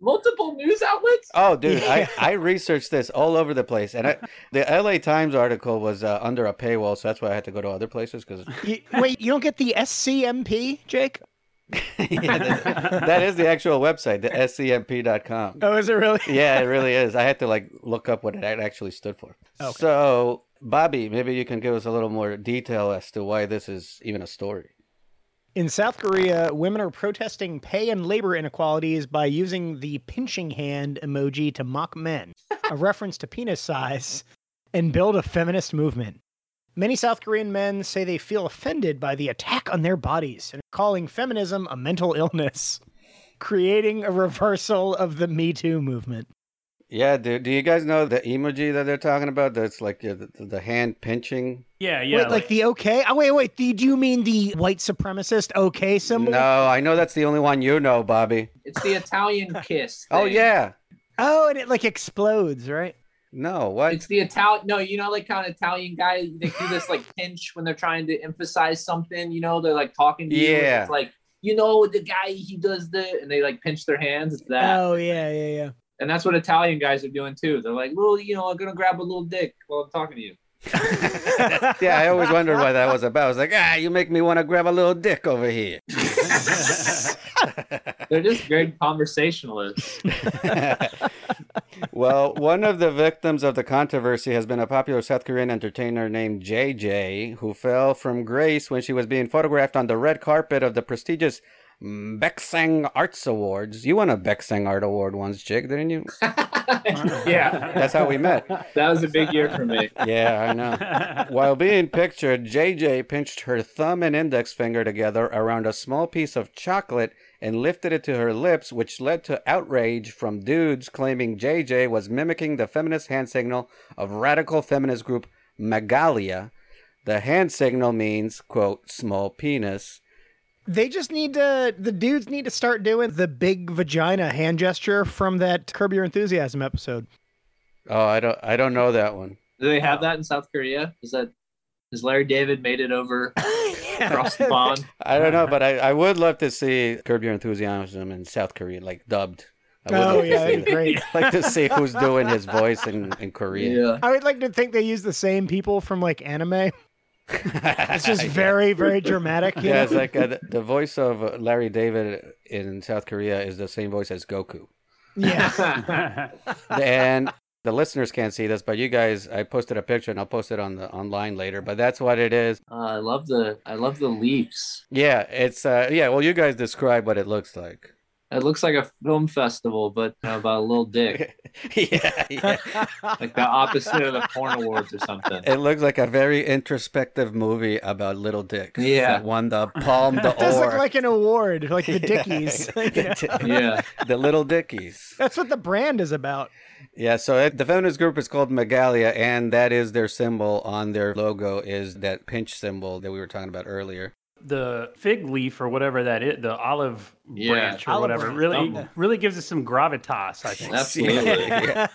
C: Multiple news outlets?
A: Oh, dude,
D: Yeah.
A: I, I researched this all over the place. And I, the LA Times article was uh, under
D: [LAUGHS]
A: a paywall, so that's why I had to go to other places because
D: You- wait, you don't get the SCMP, Jake?
A: Yeah, that- that is the actual website, the scmp.com.
D: Oh, is it really?
A: Yeah, it really is. I had to like look up what it act- actually stood for.
D: Okay.
A: So, Bobby, maybe you can give us a little more detail as to why this is even a story.
D: In South Korea, women are protesting pay and labor inequalities by using the pinching hand emoji to mock men, [LAUGHS] a reference to penis size, and build a feminist movement. Many South Korean men say they feel offended by the attack on their bodies and are calling feminism a mental illness, creating a reversal of the Me Too movement.
A: Yeah, dude. Do you guys know the emoji that they're talking about? That's like uh, the, the hand pinching.
B: Yeah, yeah.
D: wait, like,
B: like-
D: the okay? Oh, wait, wait. The, do you mean the white supremacist okay symbol?
A: No, I know that's the only one you know, Bobby.
C: It's the Italian kiss.
A: Oh
C: thing.
A: yeah.
D: Oh, and it like explodes, right?
A: No, what?
C: It's the Italian. No, you know, like kind of Italian guy. They do this like pinch when they're trying to emphasize something. You know, they're like talking to you. and
A: Yeah.
C: It's like you know the guy he does the and they like pinch their hands. It's that,
D: Oh, yeah, yeah, yeah.
C: and that's what Italian guys are doing too. They're like, well, you know, I'm gonna grab a little dick while I'm talking to you.
A: [LAUGHS] yeah, I always wondered what that was about. I was like, ah, you make me want to grab a little dick over here.
C: They're just great conversationalists.
A: [LAUGHS] well, one of the victims of the controversy has been a popular South Korean entertainer named JJ, who fell from grace when she was being photographed on the red carpet of the prestigious Beksang Arts Awards. You won a Beksang Art Award once, Jake, didn't you?
C: yeah,
A: That's how we met.
C: [LAUGHS] that was a big year for me.
A: Yeah, I know. While being pictured, JJ pinched her thumb and index finger together around a small piece of chocolate and lifted it to her lips, which led to outrage from dudes claiming JJ was mimicking the feminist hand signal of radical feminist group Magalia. The hand signal means, quote, small penis.
D: [LAUGHS] They just need to, the dudes need to start doing the big vagina hand gesture from that Curb Your
A: [LAUGHS]
D: Enthusiasm episode.
A: Oh, I don't I don't know that one.
C: Do they have that in South Korea? Is that has Larry David made it over
A: [LAUGHS]
C: across the pond?
A: I don't know, but I, I would love to see Curb Your Enthusiasm in South Korea, like dubbed. I would
D: [LAUGHS] Oh,
A: love to [LAUGHS]
D: yeah,
A: see
D: that'd
A: that.
D: be great.
A: like to see who's doing his voice in, in Korea.
C: Yeah.
D: I would like to think they use the same people from like anime.
A: [LAUGHS]
D: It's just very, very dramatic. you
A: Yeah,
D: know?
A: it's like uh, the- the voice of uh, Larry David in South Korea is the same voice as Goku. [LAUGHS]
D: yeah.
A: And the listeners can't see this, but you guys, I posted a picture and I'll post it on the online later. But that's what it is.
C: [LAUGHS] Uh, I love the I love the leaps.
A: Yeah, it's uh, yeah. Well, you guys describe what it looks like.
C: It looks like a film festival, but about a
A: [LAUGHS]
C: little dick,
A: yeah, yeah.
C: like the opposite of the porn awards or something.
A: [LAUGHS] It looks like a very introspective movie about little dicks.
C: Yeah.
A: that won the Palm
D: [LAUGHS] It does look
A: d'Or. [LAUGHS]
D: like an award, like the Dickies.
A: Yeah.
D: [LAUGHS]
A: the, di-
C: Yeah,
A: the little dickies.
D: That's what the brand is about.
A: Yeah, so it, the feminist group is called Megalia, and that is their symbol on their logo is that pinch symbol that we were talking about earlier.
B: [LAUGHS] the fig leaf or whatever that is, the olive
C: Yeah.
B: branch or
D: Olive
B: whatever,
D: branch.
B: really
C: Dumb.
B: really gives it some gravitas. I think.
C: absolutely.
A: Yeah.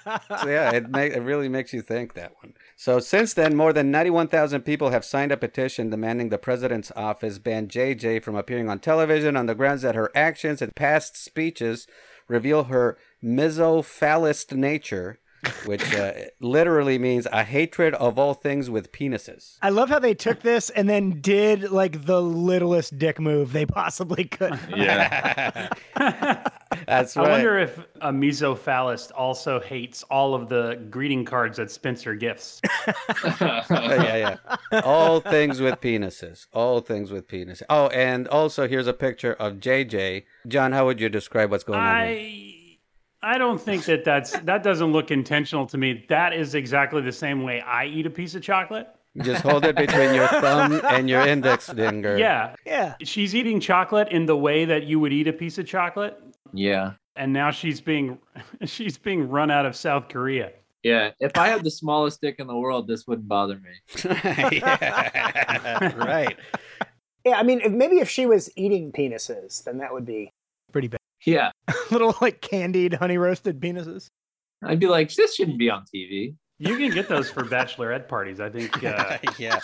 A: So yeah,
B: [LAUGHS]
A: it, ma- it really makes you think that one. So since then, more than 91,000 people have signed a petition demanding the president's office ban JJ from appearing on television on the grounds that her actions and past speeches reveal her misophallist nature, which
B: [LAUGHS]
A: uh, literally means a hatred of all things with penises.
B: [LAUGHS]
D: I love how they took this and then did like the littlest dick move they possibly could.
A: [LAUGHS]
C: yeah.
A: That's
B: I
A: right.
B: wonder if a mesophallist also hates all of the greeting cards that Spencer gifts.
A: [LAUGHS] Oh, yeah, yeah. All things with penises. All things with penises. Oh, and also here's a picture of JJ. John, how would you describe what's going on? Here?
B: I I don't think that that's that doesn't look intentional to me. That is exactly the same way I eat a piece of chocolate.
A: Just hold it between your thumb and your index finger.
B: Yeah,
D: Yeah.
B: she's eating chocolate in the way that you would eat a piece of chocolate,
C: [LAUGHS] yeah,
B: and now she's being [LAUGHS] she's being run out of South Korea.
C: yeah. If I had the smallest dick in the world, this wouldn't bother me.
A: [LAUGHS] Yeah, Right.
E: Yeah, I mean, if, maybe if she was eating penises, then that would be.
D: Pretty bad. [LAUGHS]
C: Yeah,
D: Little like candied honey roasted penises.
C: I'd be like, this shouldn't be on TV.
B: You can get those
C: [LAUGHS]
B: for bachelorette parties. I think uh,
A: yeah.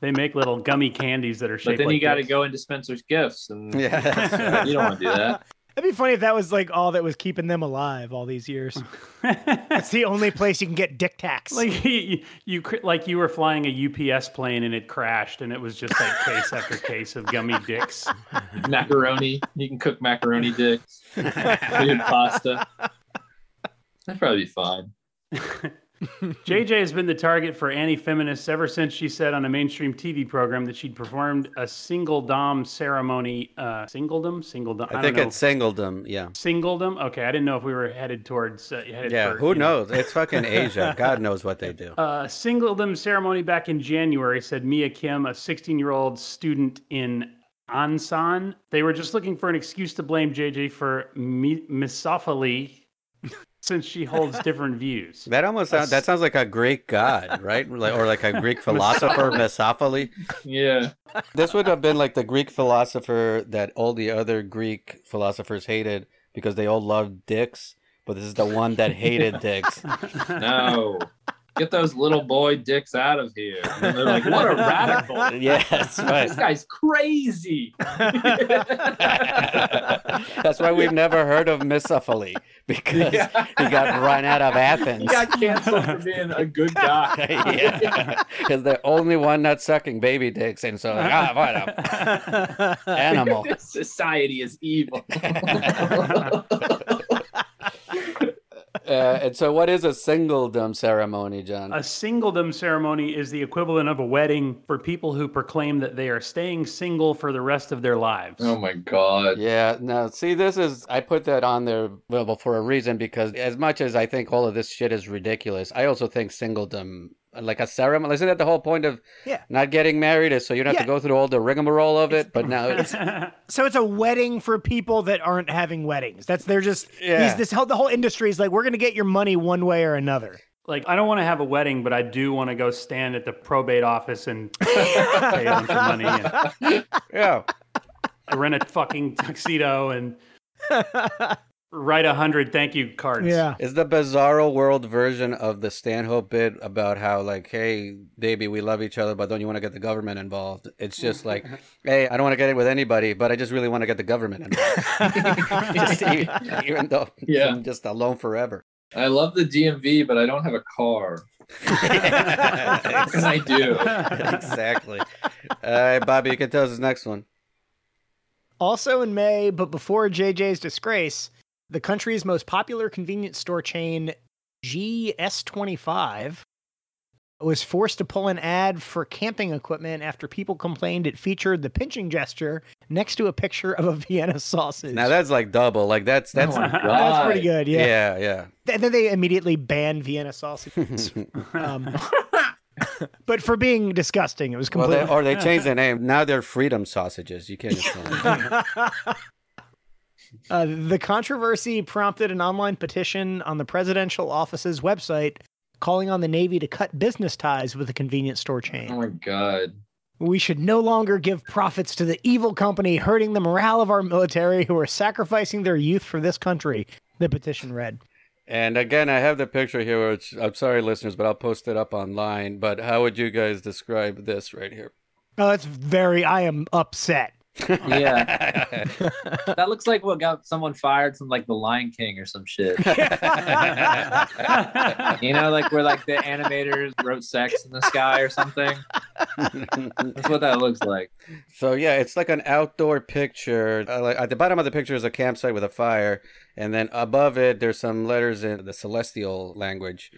B: they make little gummy candies that are
C: But
B: shaped.
C: then
B: like
C: you got to
B: dicks. [LAUGHS]
C: go into Spencer's gifts, and
A: Yeah.
C: you don't want to do that.
D: [LAUGHS] That'd be funny if that was like all that was keeping them alive all these years. That's the only place you can get dick
B: [LAUGHS]
D: tax.
B: like you, you, cr- like you were flying a UPS plane and it crashed, and it was just like case after case of gummy dicks.
C: macaroni. You can cook macaroni dicks, and pasta. That'd probably be fine.
B: JJ has been the target for anti-feminists ever since she said on a mainstream TV program that she'd performed a single dom ceremony. Uh, singledom, singledom. I,
A: I think
B: don't know.
A: it's singledom. Yeah.
B: singledom. Okay, I didn't know if we were headed towards. Uh, headed
A: Yeah.
B: for,
A: Who
B: you know,
A: knows? It's fucking Asia. God knows what they do.
B: Uh, singledom ceremony back in January said Mia Kim, a 16 year old student in Ansan, they were just looking for an excuse to blame JJ for mi- misophily since
A: [LAUGHS]
B: she holds different views.
A: That almost sounds, that sounds like a Greek god, right? Like, or like a
B: [LAUGHS]
A: Greek philosopher, Mesopholy.
C: Yeah.
A: This would have been like the Greek philosopher that all the other Greek philosophers hated because they all loved dicks, but this is the one that hated dicks.
B: [LAUGHS]
C: No. Get those little boy dicks out of here. And they're like, what a radical.
A: Yes, right. [LAUGHS]
C: This guy's crazy.
A: That's why we've never heard of Misophily because
C: Yeah.
A: he got run out of
C: He
A: Athens.
C: got canceled for being a good guy.
A: [LAUGHS] yeah, because the only one not sucking baby dicks, and so like, ah, what a animal.
C: Society is evil.
A: Uh, and so, what is a singledom ceremony, John?
B: A singledom ceremony is the equivalent of a wedding for people who proclaim that they are staying single for the rest of their lives.
C: oh my god.
A: Yeah, no, see, this is, I put that on there well, for a reason because as much as I think all of this shit is ridiculous, I also think singledom, like a ceremony, isn't that the whole point of
D: Yeah.
A: not getting married is so you don't have to
D: Yeah.
A: go through all the rigmarole of it, but now
D: [LAUGHS]
A: it's,
D: so it's a wedding for people that aren't having weddings. That's they're just
A: Yeah.
D: these, this whole the whole industry is like we're gonna get your money one way or another.
B: [LAUGHS] like, I don't want to have a wedding, but I do want to go stand at the probate office and [LAUGHS] pay a bunch of money.
D: [LAUGHS]
B: And,
A: yeah,
B: rent a fucking tuxedo and write a hundred thank you cards. [LAUGHS]
A: it's the bizarro world version of the Stanhope bit about how, like, hey, baby, we love each other, but don't you want to get the government involved? It's just
D: [LAUGHS]
A: like, hey, I don't want to get it with anybody, but I just really want to get the government
D: [LAUGHS]
A: involved. [LAUGHS] [LAUGHS] just, even, even though
C: Yeah.
A: I'm just alone forever.
C: I love the DMV, but I don't have a car. And I do.
A: [LAUGHS] exactly. All right, Bobby, you can tell us this next one.
D: Also in May, but before JJ's disgrace, the country's most popular convenience store chain, GS25, was forced to pull an ad for camping equipment after people complained it featured the pinching gesture next to a picture of a [LAUGHS] Vienna sausage.
A: Now that's like double. Like that's that's
C: Oh my
B: That's
D: That's
C: God.
D: pretty good,
A: yeah
D: yeah.
A: yeah.
D: [LAUGHS] And then they immediately banned
A: [LAUGHS]
D: Vienna sausages. um, [LAUGHS] but for being disgusting, it was
A: Well,
D: completely.
A: they, or they changed the name. Now they're freedom sausages. You can't. Just call
D: [LAUGHS]
A: them.
D: Uh, the controversy prompted an online petition on the presidential office's website calling on the Navy to cut business ties with the convenience store
C: Oh
D: chain.
C: my god.
D: We should no longer give profits to the evil company hurting the morale of our military who are sacrificing their youth for this country, the petition read.
A: and again, I have the picture here. Which I'm sorry, listeners, but I'll post it up online. But how would you guys describe this right here? [LAUGHS]
D: Oh, that's very, I am upset. [LAUGHS]
C: Yeah. that looks like what got someone fired from like the Lion King or some shit. You know, like
A: [LAUGHS]
C: where like the animators wrote sex in the sky or something. That's what that looks like.
A: So yeah, it's like an outdoor picture. Uh, like at the bottom of the picture is a campsite with a fire, and then above it there's some letters in the celestial language,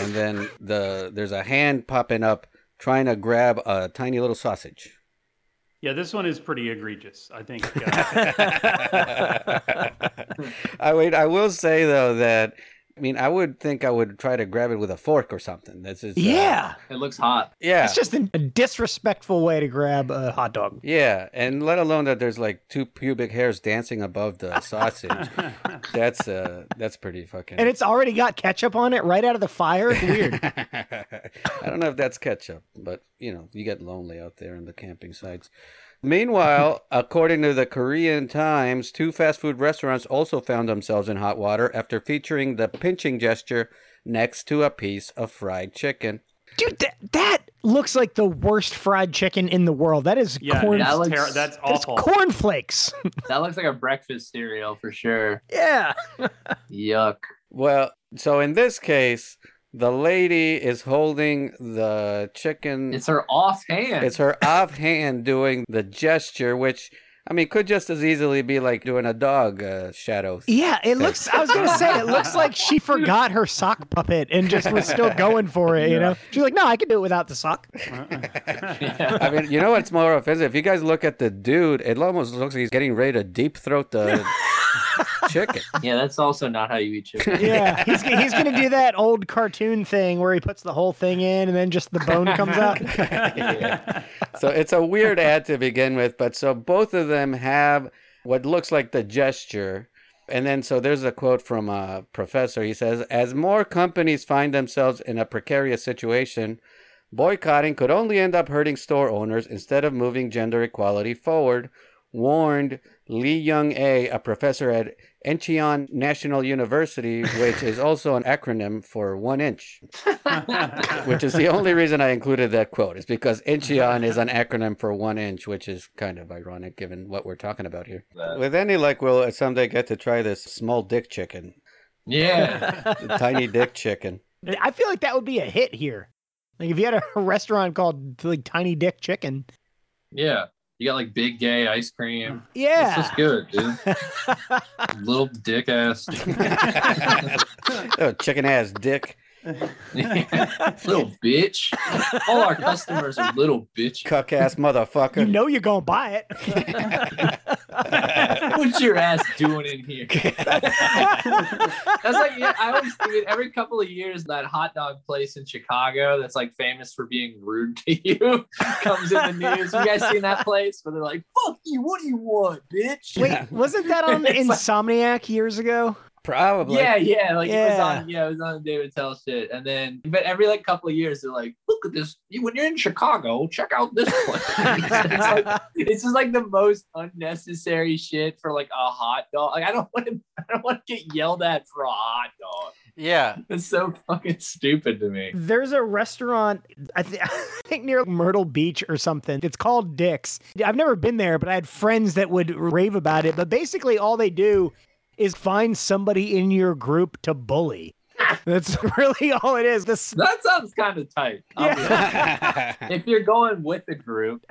A: and then the there's a hand popping up trying to grab a tiny little sausage. [LAUGHS]
B: yeah, this one is pretty egregious. I think. Uh,
A: I wait. I will say though that I mean I would think I would try to grab it with a fork or something. That's just, uh,
D: Yeah.
C: It looks hot.
A: yeah.
D: It's just a disrespectful way to grab a hot dog.
A: Yeah, and let alone that there's like two pubic hairs dancing above the sausage. that's uh that's pretty fucking
D: And it's [LAUGHS] already got ketchup on it right out of the fire. It's weird.
A: [LAUGHS] I don't know if that's ketchup, but you know, you get lonely out there in the camping sites. Meanwhile, according to the Korean Times, two fast food restaurants also found themselves in hot water after featuring the pinching gesture next to a piece of fried chicken.
D: Dude, that, that looks like the worst fried chicken in the world. That is
B: Yeah,
D: corn.
B: it's
C: That looks-
B: terri- that's
D: that's
B: awful.
D: cornflakes.
C: That looks like a breakfast cereal for sure.
D: yeah.
C: Yuck.
A: Well, so in this case, the lady is holding the chicken.
C: It's her offhand.
A: It's her offhand doing the gesture, which I mean could just as easily be like doing a dog uh, shadow.
D: Yeah, it looks. I was gonna say it looks
C: [LAUGHS]
D: like she forgot her sock puppet and just was still going for it. You know, she's like, "No, I can do it without the sock."
C: Yeah.
A: I mean, you know what's more offensive? If you guys look at the dude, it almost looks like he's getting ready to deep throat the chicken.
C: Yeah, that's also not how you eat
A: [LAUGHS]
C: chicken. [LAUGHS]
D: Yeah, he's he's gonna do that old cartoon thing where he puts the whole thing in and then just the bone comes out.
C: [LAUGHS]
A: So it's a weird ad to begin with, but so both of them have what looks like the gesture. And then, so there's a quote from a professor. He says, As more companies find themselves in a precarious situation, boycotting could only end up hurting store owners instead of moving gender equality forward, warned Lee Young A, a professor at Incheon National University, which is also an acronym for one inch which is the only reason I included that quote is because Incheon is an acronym for one inch, which is kind of ironic given what we're talking about here. With any luck, we'll someday get to try this small dick chicken,
C: Yeah.
A: the tiny dick
D: [LAUGHS]
A: chicken.
D: I feel like that would be a hit here. Like if you had a [LAUGHS] restaurant called like Tiny Dick Chicken.
C: Yeah. You got like big gay ice cream. This is
D: Yeah.
C: good, dude.
A: [LAUGHS]
C: Little dick ass. [LAUGHS]
A: Oh, chicken ass dick
C: little bitch. All our customers are little bitch.
A: cuck ass
D: You
A: motherfucker.
D: know you're gonna buy it.
C: [LAUGHS] What's your ass doing in [LAUGHS] here? that's like yeah, I always dude, every couple of years that hot dog place in Chicago that's like famous for being rude to you [LAUGHS] comes in the news. You guys seen that place where they're like, "Fuck you! What do you want, bitch?" [LAUGHS]
D: Wait, wasn't that on
C: It's like-
D: Insomniac
C: [LAUGHS]
D: years ago?
A: Probably.
C: yeah, yeah, like it was
D: Yeah.
C: on, yeah, it was on David Tell shit, and then, but every like couple of years, they're like, "Look at this! You- When you're in Chicago, check out this [LAUGHS] place." it's, like, it's just like the most unnecessary shit for like a hot dog. Like I don't want to, I don't want to get yelled at for a hot dog.
A: Yeah.
C: It's so fucking stupid to me.
D: There's a restaurant, I, th- [LAUGHS] I think near Myrtle Beach or something. It's called Dick's. I've never been there, but I had friends that would rave about it. But basically, all they do is find somebody in your group to bully.
C: [LAUGHS]
D: That's really all it is. This
C: That sounds kind of tight. I'll be honest.
A: [LAUGHS]
C: If you're going with a group,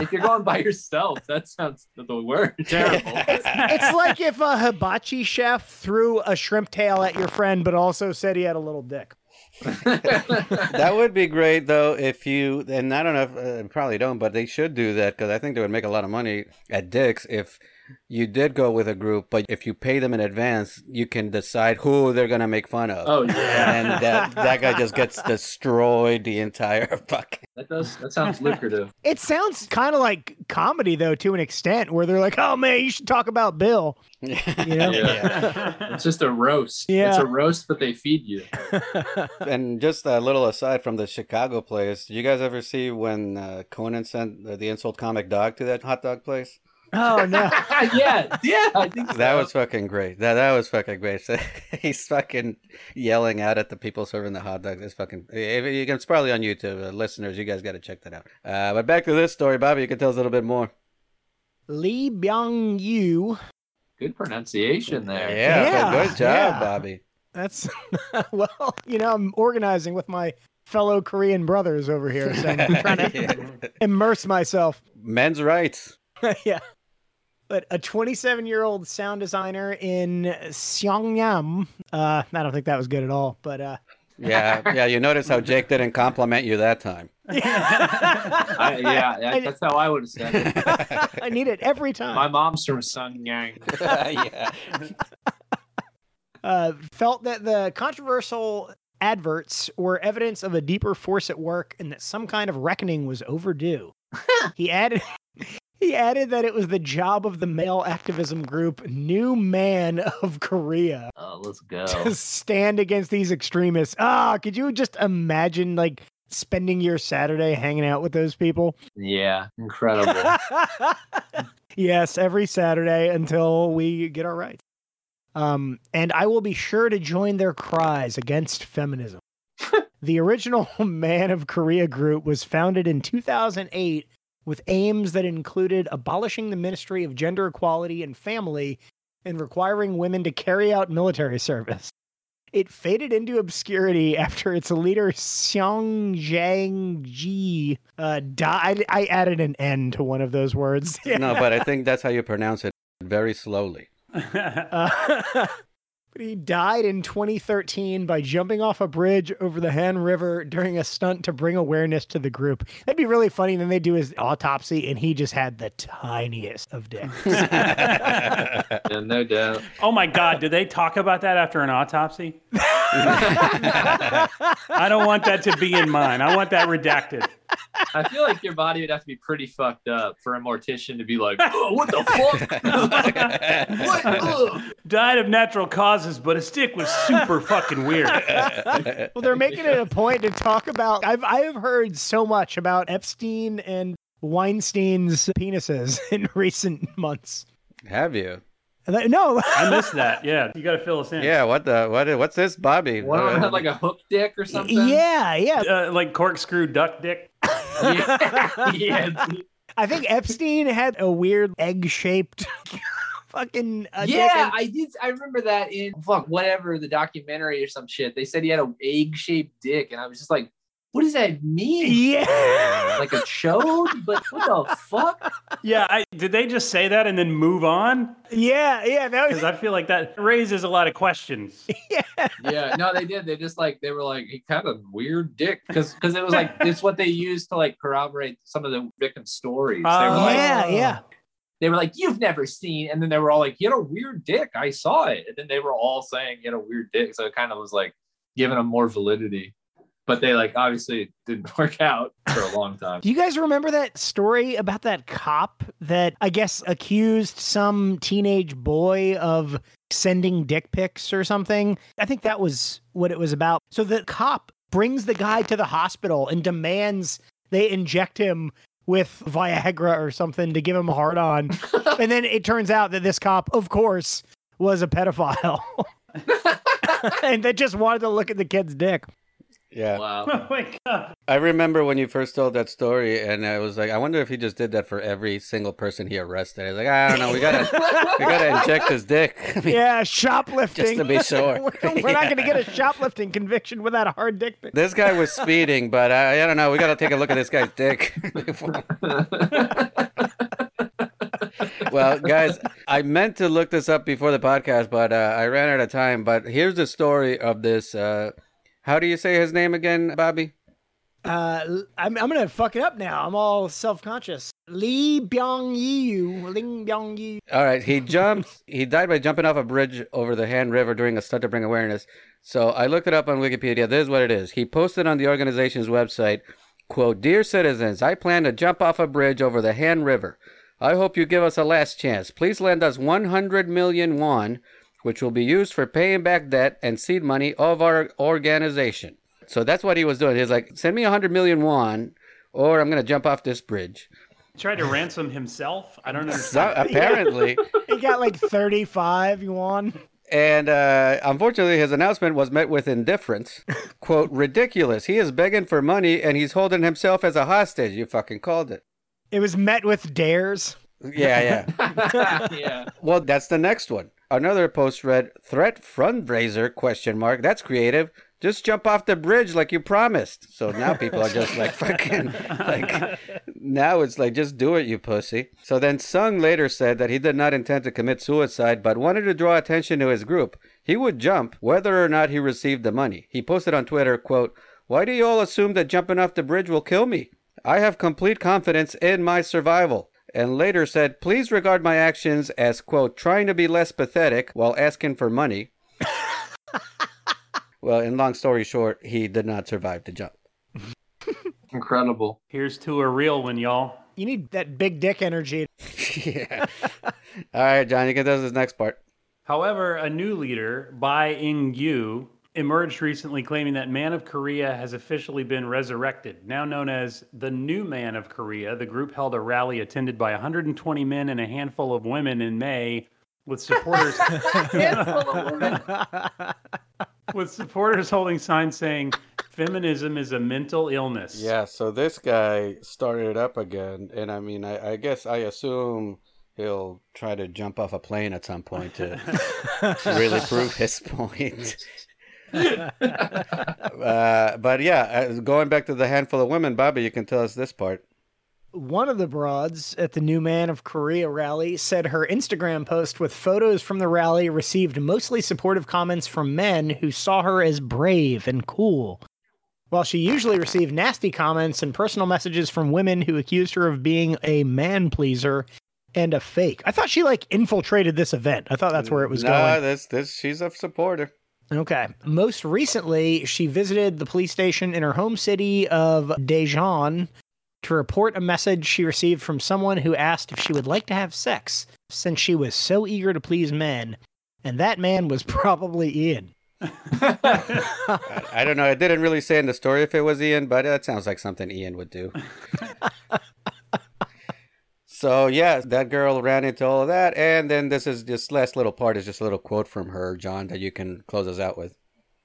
C: if you're going by yourself, that sounds the word [LAUGHS] terrible.
D: it's like
C: [LAUGHS]
D: if a hibachi chef threw a shrimp tail at your friend, but also said he had a little dick.
A: that would be great though if you and I don't know if uh, probably don't, but they should do that because I think they would make a lot of money at Dick's if you did go with a group, but if you pay them in advance, you can decide who they're gonna make fun of.
C: oh yeah,
A: And that, that guy just
C: [LAUGHS]
A: gets destroyed the entire [LAUGHS] fucking.
C: that does. That sounds lucrative.
D: It sounds kind of like comedy, though, to an extent, where they're like, "Oh man, you should talk about Bill."
A: [LAUGHS]
D: You know?
C: [LAUGHS]
B: [LAUGHS]
C: It's just a roast.
D: Yeah.
C: It's a roast, but they feed [LAUGHS] you.
A: And just a little aside from the Chicago place, did you guys ever see when uh, Conan sent the insult comic dog to that hot dog place?
D: Oh no.
C: yeah, yeah. I think so.
A: That was fucking great. That that was fucking great. So [LAUGHS] he's fucking yelling out at the people serving the hot dogs. It's fucking. If you can, it's probably on YouTube. Uh, listeners, you guys got to check that out. Uh, but back to this story, Bobby. You can tell us a little bit more.
D: [LAUGHS] Lee Byung Yu.
C: good pronunciation there.
A: Yeah.
D: Yeah,
A: good job,
D: yeah.
A: Bobby.
D: That's [LAUGHS] well, you know, I'm organizing with my fellow Korean brothers over here, [LAUGHS] so I'm trying to
A: [LAUGHS] Yeah.
D: immerse myself.
A: Men's rights.
D: [LAUGHS] yeah. But a 27 year old sound designer in Seongnam. Uh, I don't think that was good at all. But uh, [LAUGHS]
A: Yeah, yeah. You notice how Jake didn't compliment you that
C: [LAUGHS]
A: time.
C: I, yeah, that- that's how I would have said [LAUGHS] it.
D: [LAUGHS] I need it every
C: My
D: time.
C: mom's from Sungyang.
A: yeah.
D: Uh, felt that the controversial adverts were evidence of a deeper force at work and that some kind of reckoning was overdue. he added. [LAUGHS] He added that it was the job of the male activism group New Man of Korea
C: Oh, let's go.
D: to stand against these extremists. Ah, could you just imagine like spending your Saturday hanging out with those people?
C: Yeah,
D: [LAUGHS]
C: incredible.
D: yes, every Saturday until we get our rights. Um, and I will be sure to join their cries against feminism. The original [LAUGHS] Man of Korea group was founded in 2008 with aims that included abolishing the Ministry of Gender Equality and Family and requiring women to carry out military service. It faded into obscurity [LAUGHS] after its leader Seong Jang Ji uh, died. I added an N to one of those words.
A: [LAUGHS]
D: [LAUGHS]
A: No, but I think that's how you pronounce it very slowly. [LAUGHS]
D: Uh, [LAUGHS] but he died in 2013 by jumping off a bridge over the Han River during a stunt to bring awareness to the group. That'd be really funny. Then they do his autopsy, and he just had the tiniest of dicks.
C: Yeah, no doubt.
B: oh my God, did they talk about that after an autopsy? I don't want that to be in mine. I want that redacted.
C: I feel like your body would have to be pretty fucked up for a mortician to be
D: [LAUGHS]
C: like, oh, what the
A: [LAUGHS]
C: fuck? [LAUGHS] [LAUGHS] what? Ugh."
B: Died of natural causes, but a stick was super fucking weird.
D: Well, they're making it a point to talk about. I've I've heard so much about Epstein and Weinstein's penises [LAUGHS] in recent months.
A: Have you?
D: And that- No, [LAUGHS]
B: I missed that. Yeah, you got to fill us in.
A: Yeah. What the? What? is- What's this, Bobby? Uh,
C: One of them had [LAUGHS] like a hook dick or something. [LAUGHS]
D: yeah, [LAUGHS] yeah.
B: Uh, like corkscrew duck dick.
D: [LAUGHS]
C: yeah. yeah.
D: I think Epstein had a weird egg-shaped [LAUGHS] fucking [LAUGHS] uh, dick
C: yeah,
D: and-
C: I did. I remember that in fuck whatever the documentary or some shit. They said he had an egg shaped dick, and I was just like, "What does that mean?
D: [LAUGHS] yeah.
C: Like a chode? But what
D: [LAUGHS]
C: the fuck?
B: Yeah, I, did they just say that and then move on?
D: Yeah, yeah, that was
B: Because I feel like that raises a lot of questions.
C: Yeah, no, they did. They just like they were like he kind of weird dick because because it was like it's what they used to like corroborate some of the victim stories. they were
B: Oh.
C: like,
D: yeah, yeah.
C: they were like, "You've never seen," and then they were all like, "You had a weird dick. I saw it." And then they were all saying, "You had a weird dick," so it kind of was like giving them more validity. But they like obviously didn't [LAUGHS] work out for a long
D: [LAUGHS]
C: time.
D: Do you guys remember that story about that cop that I guess accused some teenage boy of sending dick pics or something? I think that was what it was about. So the cop brings the guy to the hospital and demands they inject him with Viagra or something to give him a hard on. and then it turns out that this cop, of course, was a pedophile. [LAUGHS] and they just wanted to look at the kid's dick.
A: Yeah.
C: Wow.
B: [LAUGHS]
C: [LAUGHS]
B: Oh my God.
A: I remember when you first told that story, and I was like, I wonder if he just did that for every single person he arrested. I was like, I don't know. We gotta, we gotta inject his dick. [LAUGHS] I mean,
D: Yeah, shoplifting.
A: Just to
D: [LAUGHS]
A: be sure.
D: we're we're not going to get a shoplifting conviction without a hard dick pic.
A: This guy was speeding, but I, I don't know. We gotta take a look at this guy's dick. [LAUGHS] well, guys, I meant to look this up before the podcast, but uh, I ran out of time. But here's the story of this. Uh, how do you say his name again, Bobby?
D: Uh, I'm, I'm going to fuck it up now. I'm all self conscious. Lee Byung Yu. Ling Byung Yu.
A: All right, he jumped. he died by jumping off a bridge over the Han River during a stunt to bring awareness. So I looked it up on Wikipedia. This is what it is. He posted on the organization's website, "Quote: Dear citizens, I plan to jump off a bridge over the Han River. I hope you give us a last chance. Please lend us 100 million won, which will be used for paying back debt and seed money of our organization." So that's what he was doing. He's like, "Send me 100 million won, or I'm gonna jump off this bridge."
B: Tried to ransom himself? I don't [LAUGHS]
A: So
B: understand.
A: apparently.
D: He got like 35 yuan.
A: And uh, unfortunately, his announcement was met with indifference. "Quote ridiculous. He is begging for money, and he's holding himself as a hostage. You fucking called it.
D: It was met with dares.
A: Yeah, yeah.
C: yeah.
A: well, that's the next one. Another post read threat fundraiser question mark. That's creative. Just jump off the bridge like you promised. So now people are just like fucking like now it's like just do it, you pussy. So then Sung later said that he did not intend to commit suicide but wanted to draw attention to his group. He would jump whether or not he received the money. He posted on Twitter, quote, Why do you all assume that jumping off the bridge will kill me? I have complete confidence in my survival. And later said, Please regard my actions as, quote, trying to be less pathetic while asking for money. [LAUGHS] well, in long story short, he did not survive the jump.
C: Incredible.
B: Here's to a real one, y'all.
D: You need that big dick energy.
A: [LAUGHS] yeah. All right, John, you can do this next part.
B: However, a new leader, Bai Ing Yu, emerged recently claiming that Man of Korea has officially been resurrected. Now known as the New Man of Korea, the group held a rally attended by 120 men and a handful of women in May with supporters with supporters holding signs saying Feminism is a mental illness.
A: Yeah, so this guy started it up again, and I mean, I, I guess I assume he'll try to jump off a plane at some point
D: [LAUGHS]
A: to really prove his point. uh, but yeah, as- going back to the handful of women, Bobby, you can tell us this part.
D: One of the broads at the New Man of Korea rally said her Instagram post with photos from the rally received mostly supportive comments from men who saw her as brave and cool. While she usually received nasty comments and personal messages from women who accused her of being a man pleaser and a fake. I thought she like infiltrated this event. I thought that's where it was
A: nah,
D: going.
A: This, this, she's a supporter.
D: Okay. Most recently, she visited the police station in her home city of Daejeon to report a message she received from someone who asked if she would like to have sex since she was so eager to please men. And that man was [LAUGHS] probably Ian.
A: I, I don't know. I didn't really say in the story if it was Ian, but that sounds like something Ian would do. so yeah, that girl ran into all of that, and then this is this last little part is just a little quote from her, John, that you can close us out with.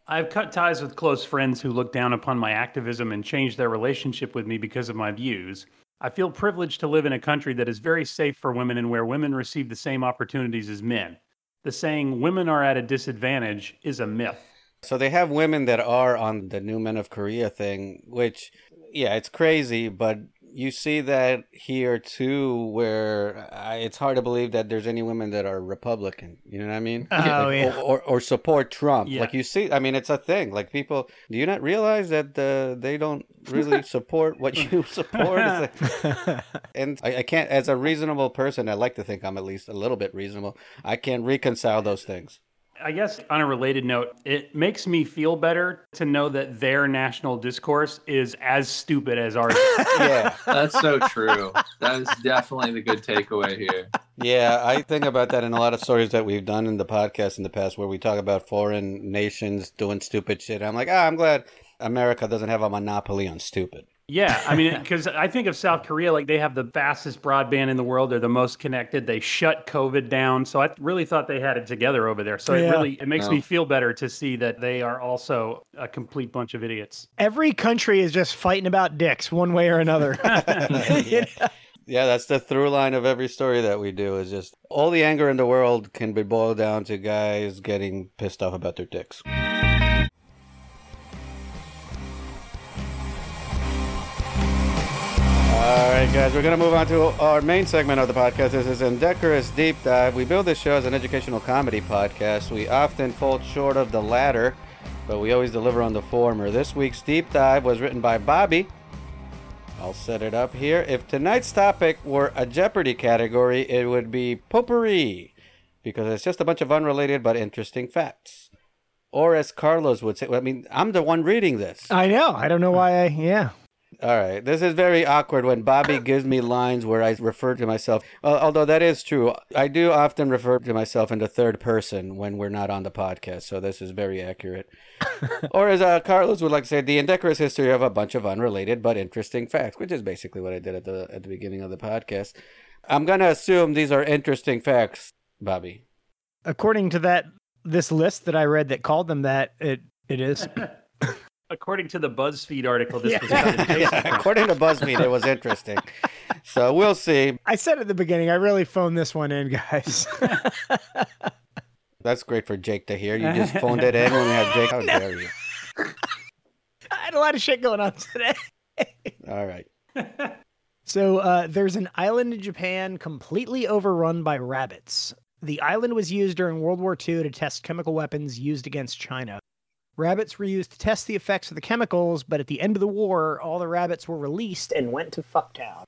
B: I've cut ties with close friends who look down upon my activism and changed their relationship with me because of my views. I feel privileged to live in a country that is very safe for women and where women receive the same opportunities as men. The saying women are at a disadvantage is a myth.
A: So they have women that are on the new men of Korea thing, which yeah, it's crazy, but you see that here too, where I, it's hard to believe that there's any women that are Republican. You know what I mean?
D: Oh,
A: Like,
D: yeah.
A: or, or or support Trump.
B: Yeah.
A: Like you see, I mean, it's a thing. Like people, do you not realize that uh, they don't
D: [LAUGHS]
A: really support what you support? It's like- and I, I can't, as a reasonable person, I like to think I'm at least a little bit reasonable. I can't reconcile those
D: [LAUGHS]
A: things.
B: I guess on a related note, it makes me feel better to know that their national discourse is as stupid as ours. [LAUGHS]
A: Yeah.
C: That's so true. That is definitely the good takeaway here.
A: Yeah, I think about that in a lot of stories that we've done in the podcast in the past where we talk about foreign nations doing stupid shit. I'm like, ah, I'm glad America doesn't have a monopoly on stupid.
B: yeah, I
D: [LAUGHS]
B: mean, because I think of South Korea, like they have the fastest broadband in the world. They're the most connected. They shut COVID down, so I really thought they had it together over there. So
D: Yeah.
B: it really it makes
C: No.
B: me feel better to see that they are also a complete bunch of idiots.
D: Every country is just fighting about dicks one way or another.
A: yeah. yeah, that's the through line of every story that we do is just all the anger in the world can be boiled down to guys getting pissed off about their dicks. All right, guys, we're going to move on to our main segment of the podcast. This is Indecorous Deep Dive. We build this show as an educational comedy podcast. We often fall short of the latter, but we always deliver on the former. This week's Deep Dive was written by Bobby. I'll set it up here. If tonight's topic were a Jeopardy category, it would be potpourri, because it's just a bunch of unrelated but interesting facts. Or as Carlos would say, I mean, I'm the one reading this.
D: [LAUGHS] I know. I don't know why I, yeah.
A: All right. This is very awkward when Bobby gives me lines where I refer to myself. Al- Although that is true, I do often refer to myself in the third person when we're not on the podcast. So this is very accurate. or as uh, Carlos would like to say, the indecorous history of a bunch of unrelated but interesting facts, which is basically what I did at the at the beginning of the podcast. I'm gonna assume these are interesting facts, Bobby. [LAUGHS]
D: According to that, this list that I read that called them that, it, it is.
B: According to the BuzzFeed article, this was
D: [LAUGHS] Yeah.
B: was
A: [LAUGHS] According to BuzzFeed, it was interesting. So we'll see.
D: I said at the beginning, I really phoned this one in, guys.
A: That's great for Jake to hear. You just phoned it in when we had Jake. How dare you?
D: I had a lot of shit going on [LAUGHS] today.
A: All right. [LAUGHS]
D: So uh, there's an island in Japan completely overrun by rabbits. The island was used during World War II to test chemical weapons used against China. Rabbits were used to test the effects of the chemicals, but at the end of the war, all the rabbits were released.
E: and went to Fucktown.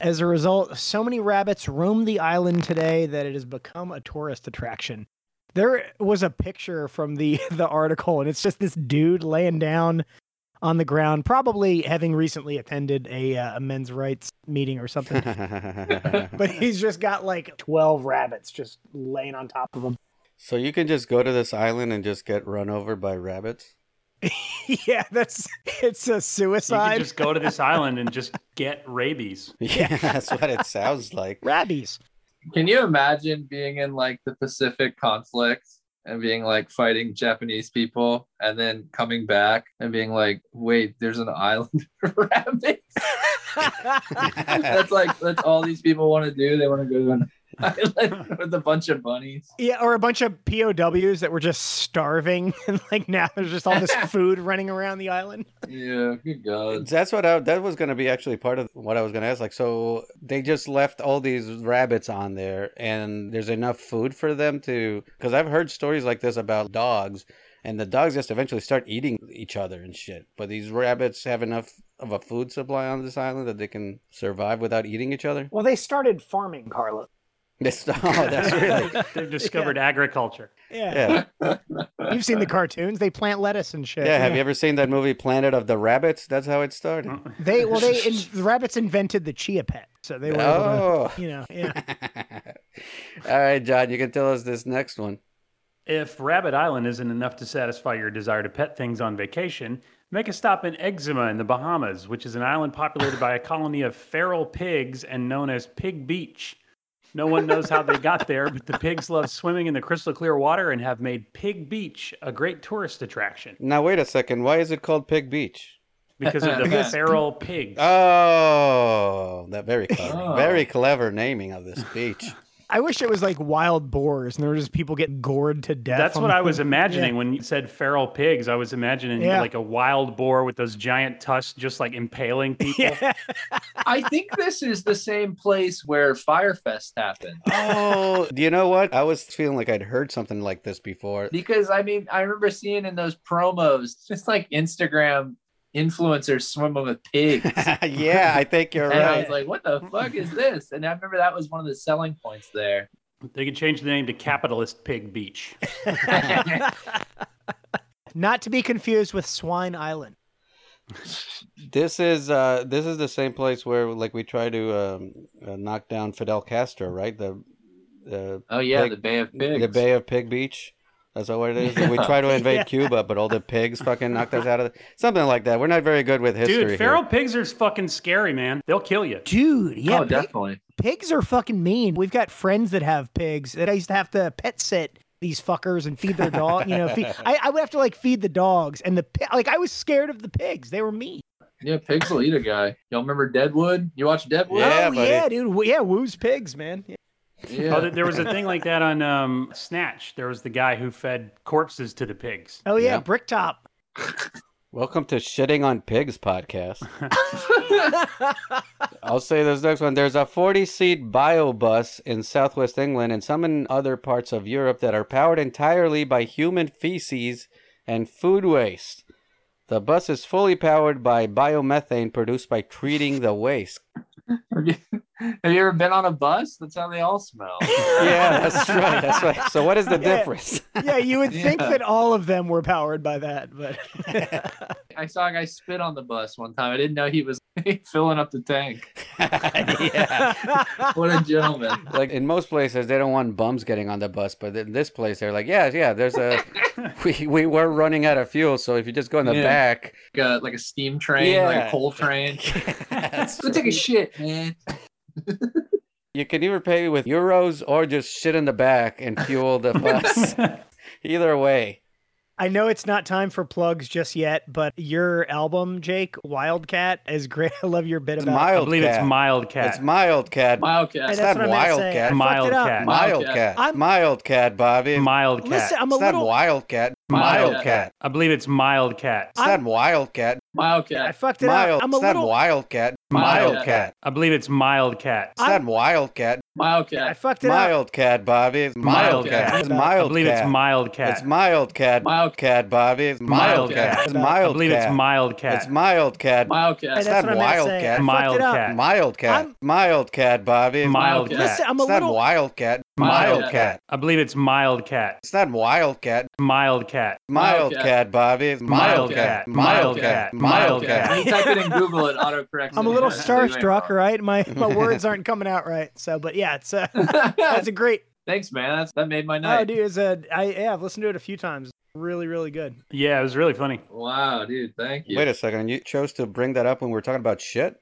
D: As a result, so many rabbits roam the island today that it has become a tourist attraction. There was a picture from the [LAUGHS] the article, and it's just this dude laying down on the ground, probably having recently attended a, uh, a men's rights meeting
B: [LAUGHS]
D: or something. but he's just got like
E: 12 rabbits just laying on top of them.
A: so you can just go to this island and just get run over by rabbits.
D: [LAUGHS]
A: [LAUGHS]
D: yeah that's it's a
B: You
D: suicide
B: could just go to this island and just get rabies.
A: Yeah, that's what it
D: [LAUGHS]
A: sounds like.
D: rabies
C: Can you imagine being in like the Pacific conflict and being like fighting Japanese people and then coming back and being like, wait, there's an [LAUGHS] island of rabbits. that's like that's all these people want to do. They want to go to an island with a bunch of bunnies.
D: yeah, or a bunch of POWs that were just starving, [LAUGHS] and like now there's
E: [LAUGHS]
D: just all this food running around the island.
C: Yeah, good
A: [LAUGHS]
C: god.
A: That's what I, that was going to be actually part of what I was going to ask. Like, so they just left all these rabbits on there, and there's enough food for them to. Because I've heard stories like this about dogs, and the dogs just eventually start eating each other and shit. But these rabbits have enough of a food supply on this island that they can survive without eating each other. [LAUGHS]
E: Well, they started farming, Carla.
A: That's, oh, [LAUGHS] that's really
B: They've discovered agriculture.
D: Yeah.
A: yeah.
D: you've seen the cartoons. They plant lettuce and
A: [LAUGHS]
D: shit.
A: Yeah, have you ever seen that movie Planet of the Rabbits? That's how it started.
C: Oh.
B: Mm.
D: They
A: [LAUGHS]
D: well, they in, the rabbits invented the chia pet, so they were able
A: Oh.
D: to, you know, yeah.
A: [LAUGHS] All right, John, you can tell us this next one.
B: If Rabbit Island isn't enough to satisfy your desire to pet things on vacation, make a stop in Eczema in the Bahamas, which is an island populated by a colony of feral pigs and known as Pig Beach. No one knows how they got there, but the pigs love swimming in the crystal clear water and have made Pig Beach a great tourist attraction
A: Now wait a second. Why is it called Pig Beach?
B: because
D: [LAUGHS]
B: of the
D: Because-
B: feral pigs.
A: Oh, that very clever,
C: Oh.
A: very clever naming of this
C: [LAUGHS]
A: beach.
D: I wish it was like wild boars, and there were just people getting gored to death.
B: That's
D: on
B: what
D: the-
B: I
D: [LAUGHS]
B: was imagining when you said feral pigs. I was imagining
D: Yeah.
B: like a wild boar with those giant tusks just like impaling [LAUGHS] people.
D: [LAUGHS] Yeah.
C: I think this is the same place where Firefest happened.
A: oh, do you know what? I was feeling like I'd heard something like this
C: [LAUGHS]
A: before.
C: Because I mean, I remember seeing in those promos, just like Instagram influencers swimming with pigs.
A: yeah, I think you're
C: And I was
A: right.
C: like, what the fuck is this? And I remember that was one of the selling points there.
B: They could change the name to Capitalist Pig Beach.
D: [LAUGHS] Not to be confused with Swine Island.
A: This is uh, this is the same place where like we try to um, uh, knock down Fidel Castro, right? The the
C: Oh yeah,
A: Pig-
C: the Bay of Pigs.
A: the Bay of Pig Beach. That's what it is. We try
D: [LAUGHS]
A: to invade
D: Yeah.
A: Cuba, but all the pigs fucking knocked us out of the, something like that. We're not very good with history.
B: Dude,
A: here.
B: feral pigs are fucking scary, man. They'll kill you.
D: Dude, yeah,
C: oh,
D: pig-
C: definitely.
D: pigs are fucking mean. We've got friends that have pigs that I used to have to pet sit these fuckers and feed their dog. You know,
A: [LAUGHS]
D: feed, I, I would have to like feed the dogs and the pi- like. I was scared of the pigs. They were mean.
C: Yeah, pigs will eat a guy. Y'all remember Deadwood? You watch Deadwood?
A: Yeah,
D: oh
A: buddy.
D: yeah, dude. W- Yeah, woo's pigs, man. Yeah.
C: Yeah.
B: Oh, th- there was a thing like that on um, Snatch. There was the guy who fed corpses to the pigs.
D: Oh yeah,
A: Yeah.
D: Bricktop.
A: Welcome to Shitting on Pigs
D: [LAUGHS]
A: podcast. I'll say this next one. There's a 40 seat biobus in southwest England and some in other parts of Europe that are powered entirely by human feces and food waste. The bus is fully powered by biomethane produced by treating the
D: [LAUGHS]
A: waste.
C: [LAUGHS] Have you have you ever been on a bus? That's how they
A: [LAUGHS]
C: all smell.
A: Yeah, that's right. That's right. So, what is the
D: Yeah.
A: difference?
D: Yeah, you would think
C: Yeah.
D: that all of them were powered by that,
A: [LAUGHS]
D: but
C: I saw a guy spit on the bus one time. I didn't know he was [LAUGHS] filling up the tank.
A: yeah.
C: What a
A: [LAUGHS]
C: gentleman.
A: Like in most places, they don't want bums getting on the bus, but in this place, they're like, yeah, yeah. There's a we we were running out of fuel, so if you just go in the
C: Yeah.
A: back,
C: Like a, like a steam train, like
A: Yeah.
C: a coal
A: [LAUGHS]
C: train.
A: That's
C: Go take a shit, man.
A: You can either pay with euros or just shit in the back and fuel the bus. either way.
D: [LAUGHS] I know it's not time for plugs just yet. But your album, Jake Wildcat, is great. [LAUGHS] I love your bit
A: It's
D: about.
B: I
A: mild
B: believe it's
A: cat.
B: mild cat.
A: It's mild cat.
D: Hey,
C: Wildcat.
A: not
D: that's what I meant to
A: wild
D: say.
A: cat.
D: I fucked it up.
B: Mild cat.
A: Mild
C: Mild
A: cat.
D: I'm-
A: Mild cat, Bobby.
B: mild cat.
D: Listen, I'm a
A: it's not
D: little.
A: wild cat.
C: Mild
A: Mild
C: cat.
A: cat.
B: I believe it's mild cat.
A: It's not
D: I'm-
A: wild cat.
D: I
C: Wildcat.
D: fucked it
A: Mild.
D: up. I'm a
A: It's not
D: little.
A: wild cat.
B: Mild
A: Mild
C: cat.
A: cat.
B: I believe it's mild cat.
A: It's not wild cat.
D: I
C: Wildcat.
D: fucked it up.
A: Mild cat, Bobby. It's Mild
B: Mild
A: cat.
B: cat.
A: It's
B: I
A: mild
B: believe
A: cat.
B: it's mild cat.
A: It's mild cat.
C: Mild
A: cat, Bobby. It's mild
B: Mild
A: cat.
B: cat.
A: It's
B: I
A: mild
B: believe
A: cat.
B: it's mild cat.
A: It's mild cat.
D: Hey,
A: It's
C: Wildcat.
D: that's
A: not
D: what I meant to
A: wild
D: say.
A: cat.
D: I fucked it
B: Mild
D: up.
B: cat.
A: Mild cat.
D: I'm-
A: Mild cat, Bobby.
B: mild
C: Mild
B: cat.
D: Listen, I'm a
A: it's not
D: little.
A: wild cat.
C: Mild
A: Mild
C: cat.
A: cat.
B: I believe it's mild cat.
A: It's not wild cat.
B: Mild cat.
A: Mild
C: Mild cat.
A: cat, Bobby. It's mild
B: Mild
A: cat.
B: cat.
A: Mild
B: Mild
A: cat.
B: cat.
A: Mild
C: Wildcat.
A: cat.
C: When you type it in Google, it autocorrects.
D: I'm a
C: it.
D: little
C: That's what you
D: starstruck,
C: went wrong.
A: [LAUGHS]
D: right? My my words aren't coming out right. So, but yeah, it's a that's a great.
C: [LAUGHS] Thanks, man. That's, that made my night.
D: Oh, dude, it's a I yeah. I've listened to it a few times. Really, really good.
B: Yeah, it was really funny.
C: Wow, dude. Thank you.
A: Wait a second. You chose to bring that up when we were talking about shit?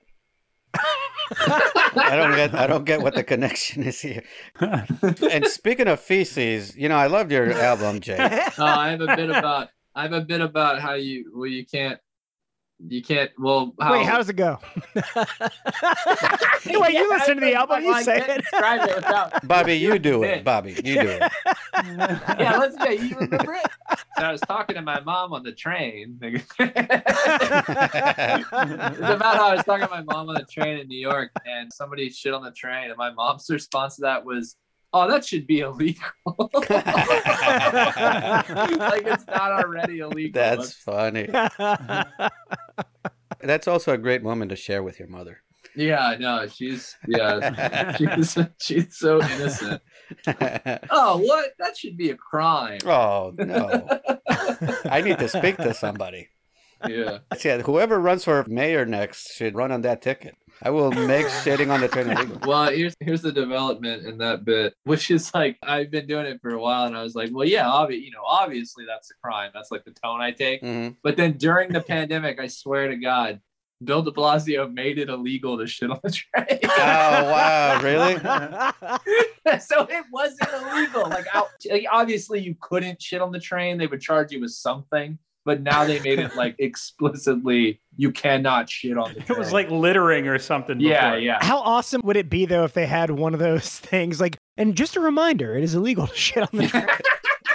A: I don't get I don't get what the connection is here. And speaking of feces, you know, I loved your album, Jay.
C: Oh, I have a bit about I have a bit about how you well you can't you can't well how,
D: [LAUGHS] Wait,
C: [LAUGHS]
D: how does it go? [LAUGHS] Wait, you listen to the album, you say it.
C: Describe it without
D: [LAUGHS]
A: Bobby, you do it. Bobby, you do it.
C: yeah, let's get you remember it. So I was talking to my mom on the train. [LAUGHS] it's about how I was talking to my mom on the train in New York, and somebody shit on the train, and my mom's response to that was, "Oh, that should be illegal. [LAUGHS] like it's not already illegal."
A: That's funny.
D: [LAUGHS]
A: That's also a great moment to share with your mother. [LAUGHS]
C: yeah, no, she's yeah, she's she's so innocent. Oh, what? That should be a crime.
A: oh no. I need to speak to somebody.
C: Yeah.
A: Yeah, whoever runs for mayor next should run on that ticket. I will make shitting on the train illegal.
C: Well, here's here's the development in that bit, which is like I've been doing it for a while, and I was like, well, yeah, obvi- you know, obviously that's a crime. That's like the tone I
A: [LAUGHS]
C: take.
A: hmm
C: But then during the pandemic, I swear to God, Bill De Blasio made it illegal to shit on the train.
A: [LAUGHS]
C: [LAUGHS]
A: Oh wow, really?
D: [LAUGHS]
C: so it wasn't illegal. Like, out, like obviously you couldn't shit on the train; they would charge you with something. But now they made it
B: [LAUGHS]
C: like explicitly, you cannot shit on the train.
B: It was like littering or something.
C: yeah,
B: before.
C: yeah.
D: How awesome would it be though if they had one of those [LAUGHS] things like and just a reminder, it is illegal to shit on the train.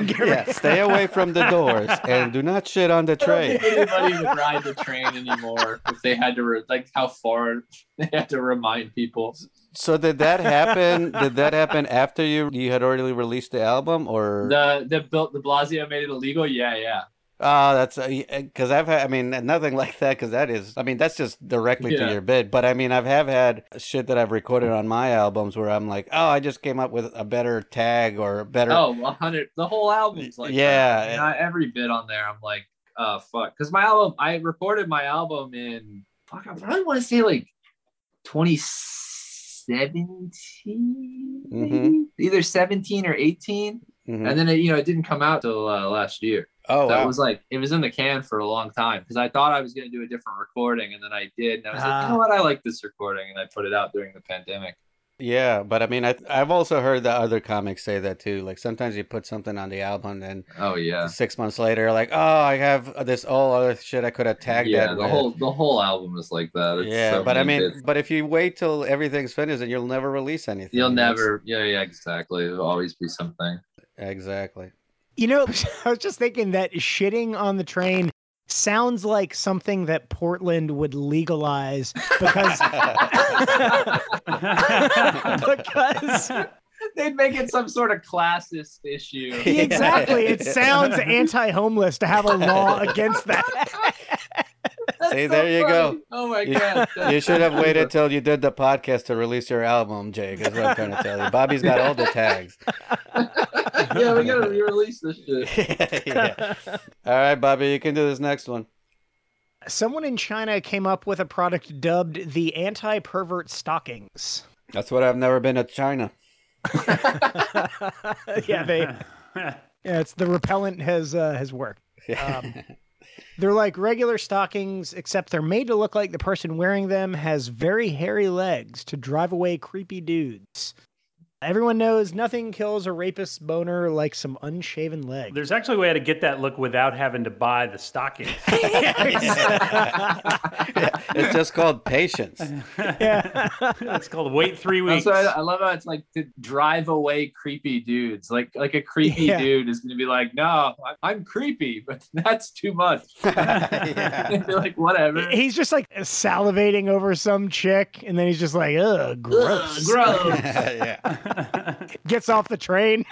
D: Get rid-
A: Yeah, stay away from the doors and do not shit on the
C: I don't
A: train.
C: think anybody would ride the train anymore if they had to, re- like, how far they had to remind people.
A: So did that happen? Did that happen after you you had already released the album, or
C: The the Bill De Blasio made it illegal. Yeah, yeah,
A: oh, that's because I've had. I mean, nothing like that because that is. I mean, that's just directly
C: Yeah.
A: to your bid. But I mean, I've have had shit that I've recorded on my albums where I'm like, oh, I just came up with a better tag or a better.
C: Oh, a hundred. The whole album's like, that.
A: Yeah.
C: And I- every bit on there, I'm like, uh, fuck. Because my album, I recorded my album in fuck. I probably want to say like 2017,
A: Mm-hmm.
C: maybe? either 17 or 18,
A: Mhm.
C: and then it, you know it didn't come out till uh, last year.
A: oh,
C: that
A: wow.
C: was like it was in the can for a long time because I thought I was gonna do a different recording and then I did and I was like, you
D: Ah.
C: know what, I like this recording and I put it out during the pandemic.
A: yeah. But I mean, I I've also heard the other comics say that too. Like sometimes you put something on the album and
C: Oh yeah,
A: six months later, like, oh, I have this all other shit I could have tagged
C: yeah.
A: that
C: The
A: with.
C: whole the whole album is like that. It's
A: yeah,
C: so
A: but I
C: many
A: mean,
C: bits.
A: but if you wait till everything's finished, then you'll never release anything.
C: you'll
A: That's-
C: never. Yeah, yeah, exactly. It'll always be something.
A: Exactly.
D: You know, [LAUGHS] I was just thinking that shitting on the train sounds like something that Portland would legalize because [LAUGHS]
B: [LAUGHS]
D: because
C: [LAUGHS] They'd make it some sort of classist issue.
A: [LAUGHS] Yeah.
D: exactly it sounds anti-homeless to have a
A: [LAUGHS]
D: law against that.
C: That's
A: See, there you go.
C: funny. Oh my
A: You-
C: god,
A: [LAUGHS]
C: that's
A: you should have
C: amazing.
A: waited till you did the podcast to release your album, Jake. Is what I'm trying to tell you. Bobby's got all the tags.
C: [LAUGHS] yeah, we gotta re-release this
A: [LAUGHS]
C: shit.
A: Yeah. All right, Bobby, you can do this next one.
D: Someone in China came up with a product dubbed the anti-pervert stockings. [LAUGHS]
A: That's what I've never been to China.
D: yeah, they yeah, it's the repellent has uh, has worked.
A: [LAUGHS]
D: Um, they're like regular stockings, except they're made to look like the person wearing them has very hairy legs to drive away creepy dudes. Everyone knows nothing kills a rapist's boner like some unshaven
B: [LAUGHS]
D: leg.
B: There's actually a way to get that look without having to buy the stockings.
A: it's just called patience.
D: [LAUGHS]
A: [LAUGHS]
D: yeah.
B: [LAUGHS] it's called wait three weeks.
C: That's why I, I love how it's like to drive away creepy dudes. Like like a creepy
D: Yeah.
C: dude is gonna be like, no, I- I'm creepy, [LAUGHS] but that's
A: [LAUGHS]
C: too much.
A: Yeah. [LAUGHS]
C: They're like whatever.
D: He's just like salivating over some chick, and then he's just like, ugh, gross.
B: [LAUGHS]
C: Gross.
A: yeah.
D: Gets off the train.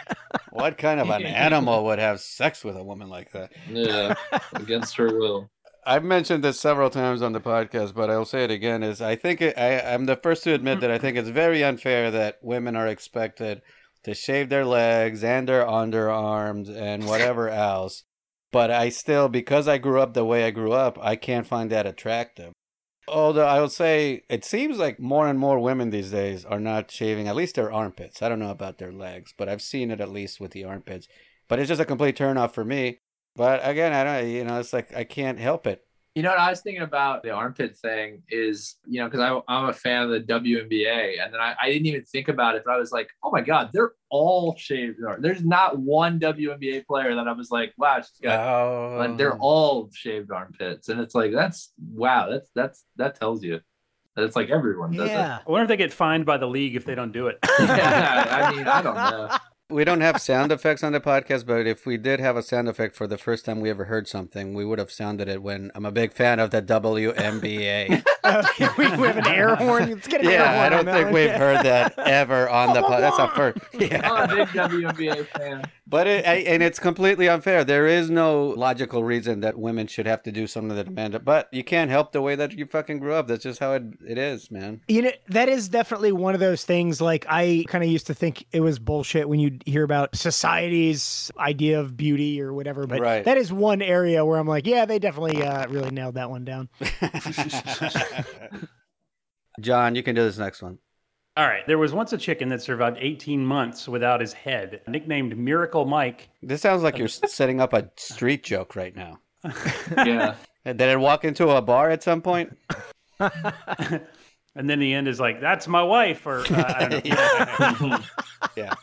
A: What kind of an animal would have sex with a woman like that?
C: yeah, against her will.
A: I've mentioned this several times on the podcast, but I'll say it again: is I think it, I, I'm the first to admit that I think it's very unfair that women are expected to shave their legs and their underarms and whatever else. But I still, because I grew up the way I grew up, I can't find that attractive. Although I would say it seems like more and more women these days are not shaving at least their armpits. I don't know about their legs, but I've seen it at least with the armpits. But it's just a complete turnoff for me. But again, I don't. You know, it's like I can't help it.
C: You know what I was thinking about the armpit thing is, you know, because I'm a fan of the WNBA, and then I, I didn't even think about it, but I was like, oh my god, they're all shaved. There's not one WNBA player that I was like, wow, she's got
A: Oh,
C: but they're all shaved armpits and it's like that's wow that's that's that tells you that it's like everyone does that.
D: Yeah. [LAUGHS]
B: I wonder if they get fined by the league if they don't do it.
C: [LAUGHS] yeah i mean i don't know
A: We don't have sound effects on the podcast, but if we did have a sound effect for the first time we ever heard something, we would have sounded it when I'm a big fan of the
C: [LAUGHS]
A: WNBA.
D: we, we have an air horn. Let's get an air horn.
A: yeah, I
D: on
A: don't
D: that
A: think
D: one.
A: we've
C: [LAUGHS]
A: heard that ever on the podcast. That's our first.
C: i'm a
A: Yeah.
C: big WNBA fan
A: But it, I, and it's completely unfair. There is no logical reason that women should have to do something that men. do. But you can't help the way that you fucking grew up. That's just how it, it is,
C: [LAUGHS]
A: man.
D: You know, that is definitely one of those things. Like, I kind of used to think it was bullshit when you hear about society's idea of beauty or whatever. But
A: Right.
D: that is one area where I'm like, yeah, they definitely uh, really nailed that one down.
A: John, you can do this next one.
B: All right. There was once a chicken that survived 18 months without his head, nicknamed Miracle Mike.
A: This sounds like you're s- setting up a street joke right now.
C: yeah
A: Did it walk into a bar at some point?
B: And then the end is like, that's my wife. Or uh, I don't know.
A: Yeah.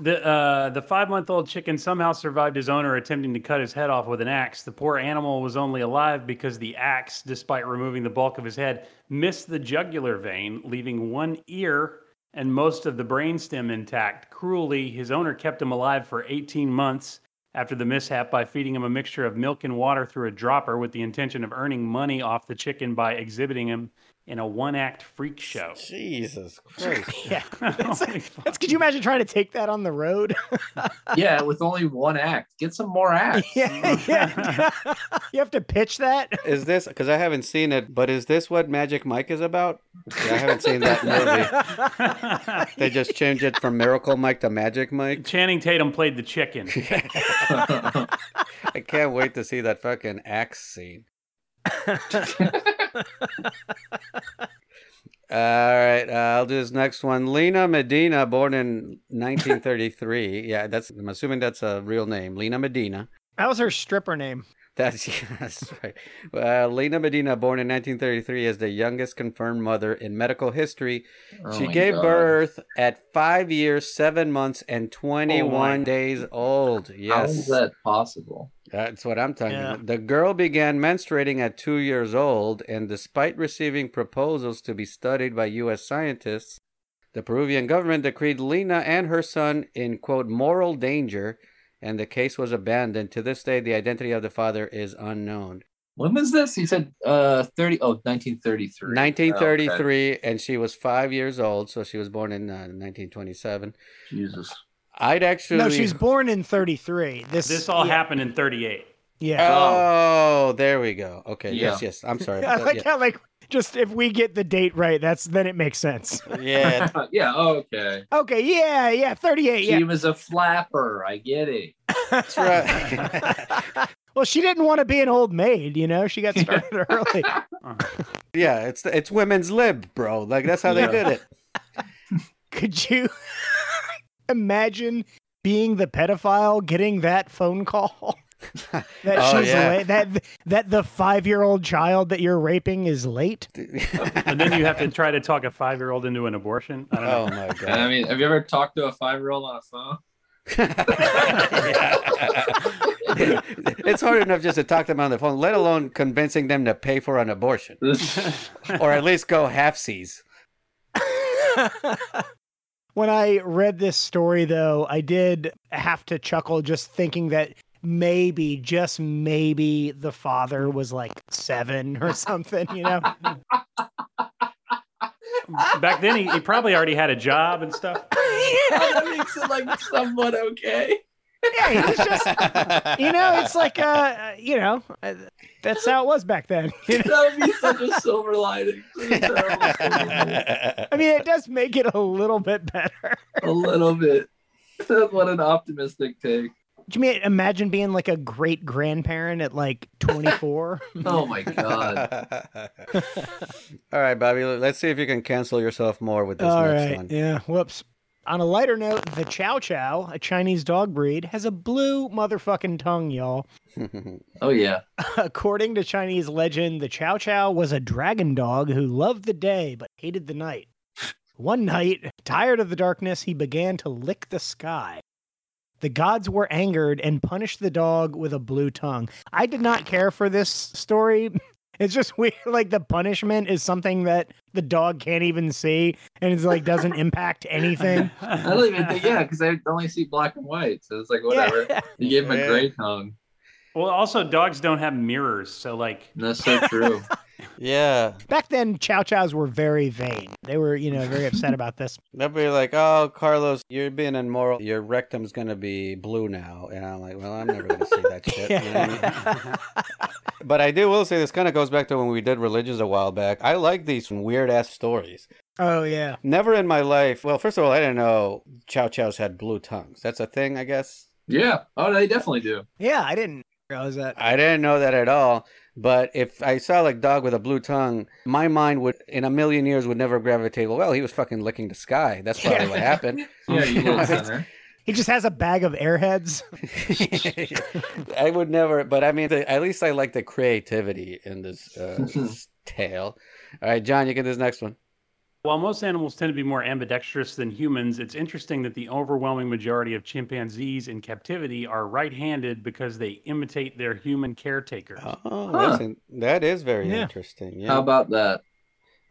B: The, uh, the five month old chicken somehow survived his owner attempting to cut his head off with an axe. The poor animal was only alive because the axe, despite removing the bulk of his head, missed the jugular vein, leaving one ear and most of the brainstem intact. Cruelly, his owner kept him alive for 18 months after the mishap by feeding him a mixture of milk and water through a dropper with the intention of earning money off the chicken by exhibiting him in a one act freak
D: [LAUGHS]
B: show.
A: Jesus [LAUGHS] Christ.
D: Yeah.
B: Holy [LAUGHS] fuck.
D: That's, could you imagine trying to take that on the road? [LAUGHS]
C: yeah with only one act get some more acts
D: [LAUGHS]
C: [LAUGHS]
D: yeah. yeah. [LAUGHS] you have to pitch that.
A: Is this because I haven't seen it, but is this what Magic Mike is about? Yeah, I haven't seen that movie. They just changed it from Miracle Mike to Magic Mike.
B: [LAUGHS] Channing Tatum played the chicken.
C: Oh
A: I can't wait to see that fucking axe scene. All right, uh, I'll do this next one. Lena Medina, born in 1933. yeah, that's. I'm assuming that's a real name. Lena Medina.
D: [LAUGHS] That was her stripper name.
A: That's, [LAUGHS] that's right. Uh, Lena Medina, born in 1933, is the youngest confirmed mother in medical history.
C: Oh
A: she
C: my
A: gave
C: God.
A: birth at five years, seven months, and 21
B: my-
A: days old.
C: Oh how is
A: Yes.
C: that possible
A: That's what I'm talking
D: Yeah.
A: about. The girl began menstruating at two years old, and despite receiving proposals to be studied by U.S. scientists, the Peruvian government decreed Lena and her son in, quote, moral danger, and the case was abandoned. To this day, the identity of the father is unknown.
C: when was this you said uh 30 oh 1933 Oh, okay.
A: 1933, and she was five years old, so she was born in uh, 1927.
C: jesus [LAUGHS]
A: I'd actually.
D: No, she was born in 33. This,
B: This all
D: yeah,
B: happened in 38.
A: [LAUGHS]
D: Yeah.
A: Oh, there we go. Okay.
C: Yeah.
A: Yes, yes. I'm
D: [LAUGHS]
A: sorry.
D: I like
A: Yeah.
D: how like just if we get the date right, that's then it makes sense. [LAUGHS]
A: yeah,
C: yeah okay
D: Okay, yeah, yeah, thirty-eight.
C: she was a flapper i get it
A: that's right. [LAUGHS]
D: yeah. well, she didn't want to be an old maid, you know. She
A: [LAUGHS]
D: got started early.
A: Yeah, it's it's women's lib, bro. Like that's how
C: Yeah.
A: they did it.
D: Could you [LAUGHS] imagine being the pedophile getting that phone
A: [LAUGHS]
D: call? that
A: Oh,
D: she's
A: yeah.
D: late. That that the five-year-old child that you're raping is late.
A: [LAUGHS]
B: And then you have to try to talk a five year old into an abortion. I don't know.
A: oh my
C: and i
A: god.
C: mean have you ever talked to a five-year-old on a phone [LAUGHS]
A: [LAUGHS] it's hard enough just to talk them on the phone, let alone convincing them to pay for an abortion or at least go half seas.
D: When I read this story, though, I did have to chuckle just thinking that maybe, just maybe, the father was like seven or something, you
A: [LAUGHS]
D: know? [LAUGHS] Oh.
B: Back then, he, he probably already had a job and stuff.
C: that makes it like somewhat okay
D: yeah, he was just, you know,
A: [LAUGHS]
D: it's like, uh, you know, uh, that's how it was back then. [LAUGHS]
C: that would be such a silver lining.
D: [LAUGHS]
C: a
D: I mean, it does make it a little bit better.
C: little bit. [LAUGHS] What an optimistic take.
D: Do you mean imagine being like a great grandparent at like 24?
C: Oh my god.
A: [LAUGHS] All right, Bobby, let's see if you can cancel yourself more with this
D: All
A: next
D: right.
A: one.
D: Yeah. Whoops. On a lighter note, the Chow Chow, a Chinese dog breed, has a blue motherfucking tongue, y'all.
A: [LAUGHS]
C: Oh yeah.
D: According to Chinese legend, the Chow Chow was a dragon dog who loved the day but hated the night. One night, tired of the darkness, he began to lick the sky. The gods were angered and punished the dog with a blue tongue. I did not care for this story. [LAUGHS] It's just weird. [LAUGHS] Like the punishment is something that the dog can't even see, and it's like doesn't impact
B: [LAUGHS]
D: anything.
C: I don't even think yeah, because I only see black and white, so it's like whatever.
D: Yeah.
C: You gave him a
E: Yeah.
C: gray tongue.
B: Well, also dogs don't have mirrors, so like
C: And that's so
D: [LAUGHS]
C: true.
A: yeah.
D: [LAUGHS] Back then, Chow Chows were very vain. They were, you know, very upset about this.
A: They'll be like, "Oh, Carlos, you're being immoral. Your rectum's gonna be blue now." And I'm like, "Well, I'm never gonna see
D: [LAUGHS]
A: that shit." you know what I mean? [LAUGHS] But I do will say this kind of goes back to when we did religions a while back. I like these weird ass stories.
D: Oh yeah,
A: Never in my life. Well, first of all, I didn't know Chow Chows had blue tongues. That's a thing, I guess.
C: yeah. Oh, they definitely do.
D: yeah. I didn't realize that.
A: I didn't know that at all. But if I saw like dog with a blue tongue, my mind would, in a million years, would never gravitate. Well, he was fucking licking the sky. That's probably what happened.
C: [LAUGHS]
A: [LAUGHS]
C: Yeah, you little sinner.
D: He just has a bag of airheads. [LAUGHS]
A: I would never, but I mean, the, at least I like the creativity in this
C: [LAUGHS]
A: uh, s- tale. All right, John, you get this next one.
B: While most animals tend to be more ambidextrous than humans, it's interesting that the overwhelming majority of chimpanzees in captivity are right-handed because they imitate their human caretaker.
A: Oh, that's
C: Huh.
A: in, that is very
D: Yeah.
A: interesting. Yeah,
C: How about that?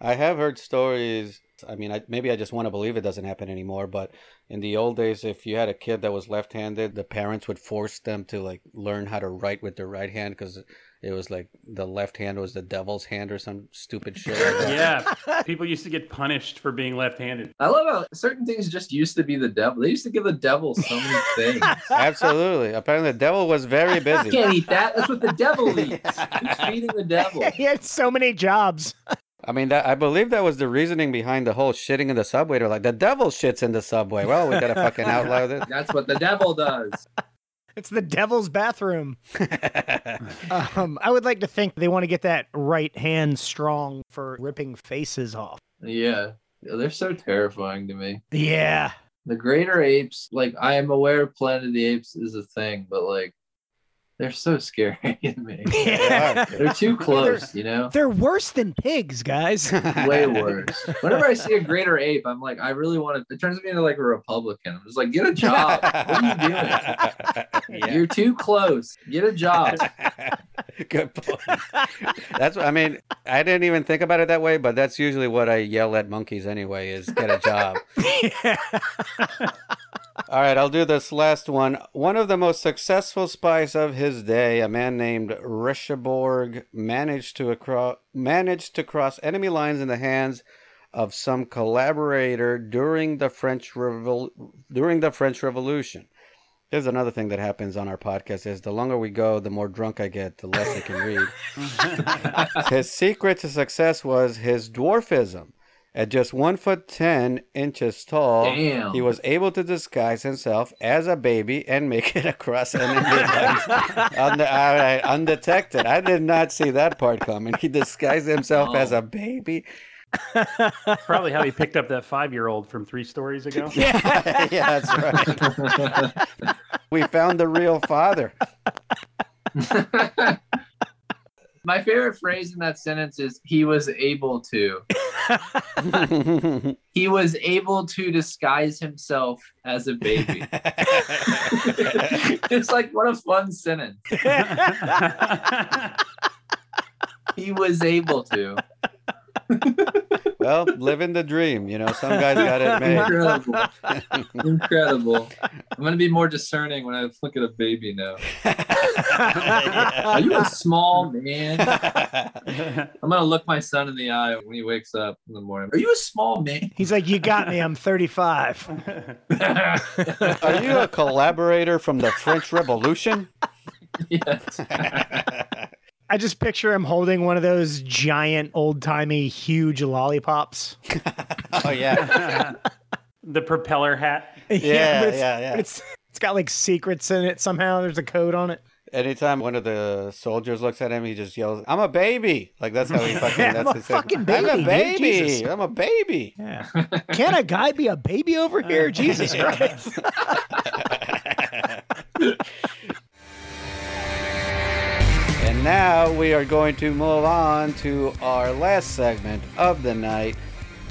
A: I have heard stories. I mean, I, maybe I just want to believe it doesn't happen anymore. But in the old days, if you had a kid that was left-handed, the parents would force them to like learn how to write with their right hand because it was like the left hand was the devil's hand or some stupid shit. Like that.
B: [LAUGHS]
A: [LAUGHS]
B: yeah, people used to get punished for being left-handed.
C: I love how certain things just used to be the devil. They used to give the devil
A: [LAUGHS]
C: so many things.
A: Absolutely. Apparently, the devil was very
C: You
A: busy.
C: can't eat that. That's what the
A: [LAUGHS]
C: devil eats. Who's feeding the devil?
D: he had so many jobs.
A: I mean, that, I believe that was the reasoning behind the whole shitting in the subway. They're like, the devil shits in the subway. Well, we gotta fucking outlaw this.
C: That's what the devil does.
D: It's the devil's bathroom. Um, I would like to think they want to get that right hand strong for ripping faces off.
C: Yeah. Yeah, They're so terrifying to me.
D: Yeah.
C: The greater apes, like I am aware Planet of the Apes is a thing, but like they're so scary [LAUGHS] to me. They're
A: [LAUGHS]
C: too close, you know?
D: [LAUGHS] They're worse than pigs,
C: [LAUGHS]
D: guys. [LAUGHS]
A: [LAUGHS]
C: Way worse. Whenever I see a greater ape, I'm like, I really want to. It turns me into like a Republican. I'm just like, get a job. What are you doing?
A: [LAUGHS]
C: You're too close. Get a job.
A: Good point. That's what I mean. I didn't even think about it that way, but that's usually what I yell at monkeys anyway is get a job.
D: yeah.
A: All right, I'll do this last one. One of the most successful spies of his day, a man named Rishaborg, managed to acro- managed to cross enemy lines in the hands of some collaborator during the French Revol- during the French Revolution. There's another thing that happens on our podcast is the longer we go, the more drunk I get, the less I can read. his secret to success was his dwarfism. At just one foot ten inches tall,
C: Damn.
A: he was able to disguise himself as a baby and make it [LAUGHS] across enemy lines Unde- all right, undetected. I did not see that part coming. He disguised himself
C: Oh.
A: as a baby. [LAUGHS]
B: Probably how he picked up that five-year-old from three
A: [LAUGHS]
B: stories ago. [LAUGHS]
A: yeah, that's right. We found the real father.
C: [LAUGHS]
A: [LAUGHS]
C: My favorite phrase in that sentence is he was able to. He was able to disguise himself as a
A: [LAUGHS]
C: baby. it's like what a fun sentence. He was able to.
A: well, living the dream, you know. Some guys got it made. [LAUGHS]
C: Incredible. Incredible. I'm gonna be more discerning when I look at a baby now. Are you
A: [LAUGHS]
C: a small
B: [LAUGHS]
C: man? I'm gonna look my son in the eye when he wakes up in the morning. Are you a small man? [LAUGHS]
D: He's like, You got me. I'm 35.
A: Are you a collaborator from the French Revolution? [LAUGHS] Oh,
C: yes.
D: I just picture him holding one of those giant, old timey, huge lollipops.
A: Oh yeah,
B: the propeller hat.
A: yeah,
D: [LAUGHS] but
A: yeah,
D: it's-
A: yeah.
D: But it's, it's got like secrets in it somehow. There's a code on it.
A: Anytime one of the soldiers looks at him, he just yells, "I'm a baby!" Like that's
D: [LAUGHS]
A: how he fucking.
D: I'm
A: that's
D: a
A: his
D: fucking
A: I'm a
D: baby, dude,
A: baby.
D: Jesus."
A: I'm a baby.
C: [LAUGHS]
D: Yeah. Can a guy be a baby over
A: Uh,
D: here? Jesus Christ.
A: And now we are going to move on to our last segment of the night.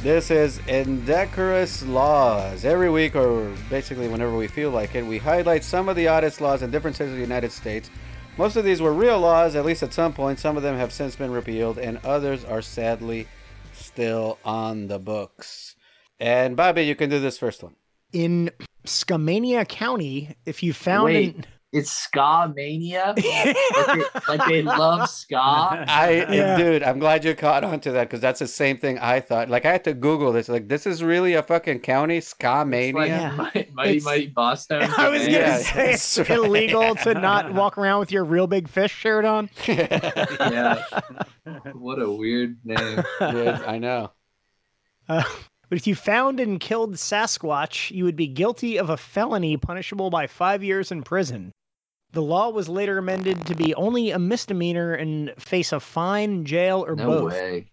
A: This is Indecorous Laws. Every week, or basically whenever we feel like it, we highlight some of the oddest laws in different cities of the United States. Most of these were real laws, at least at some point. Some of them have since been repealed, and others are sadly still on the books. And Bobby, you can do this first one.
D: In Skamania County, if you found
C: Wait.
D: an- [LAUGHS]
C: It's ska mania. like, it- like they love
B: [LAUGHS]
C: ska.
A: I
D: Yeah.
A: dude, I'm glad you caught on to that because that's the same thing I thought. Like I had to Google this. Like this is really a fucking county ska [LAUGHS]
C: It's like
A: mania.
D: Yeah.
C: Mi- [LAUGHS] Mighty
D: It's-
C: Mighty Boston.
D: [LAUGHS] I was
A: Yeah,
D: gonna say
A: [LAUGHS]
D: it's
A: that's right.
D: illegal to not walk around with your real big fish shirt on.
C: yeah.
D: [LAUGHS]
C: What a weird name.
A: Dude, I know.
D: Uh, but if you found and killed Sasquatch, you would be guilty of a felony punishable by five years in prison. The law was later amended to be only a misdemeanor and face a fine, jail, or
C: No
D: both.
C: way.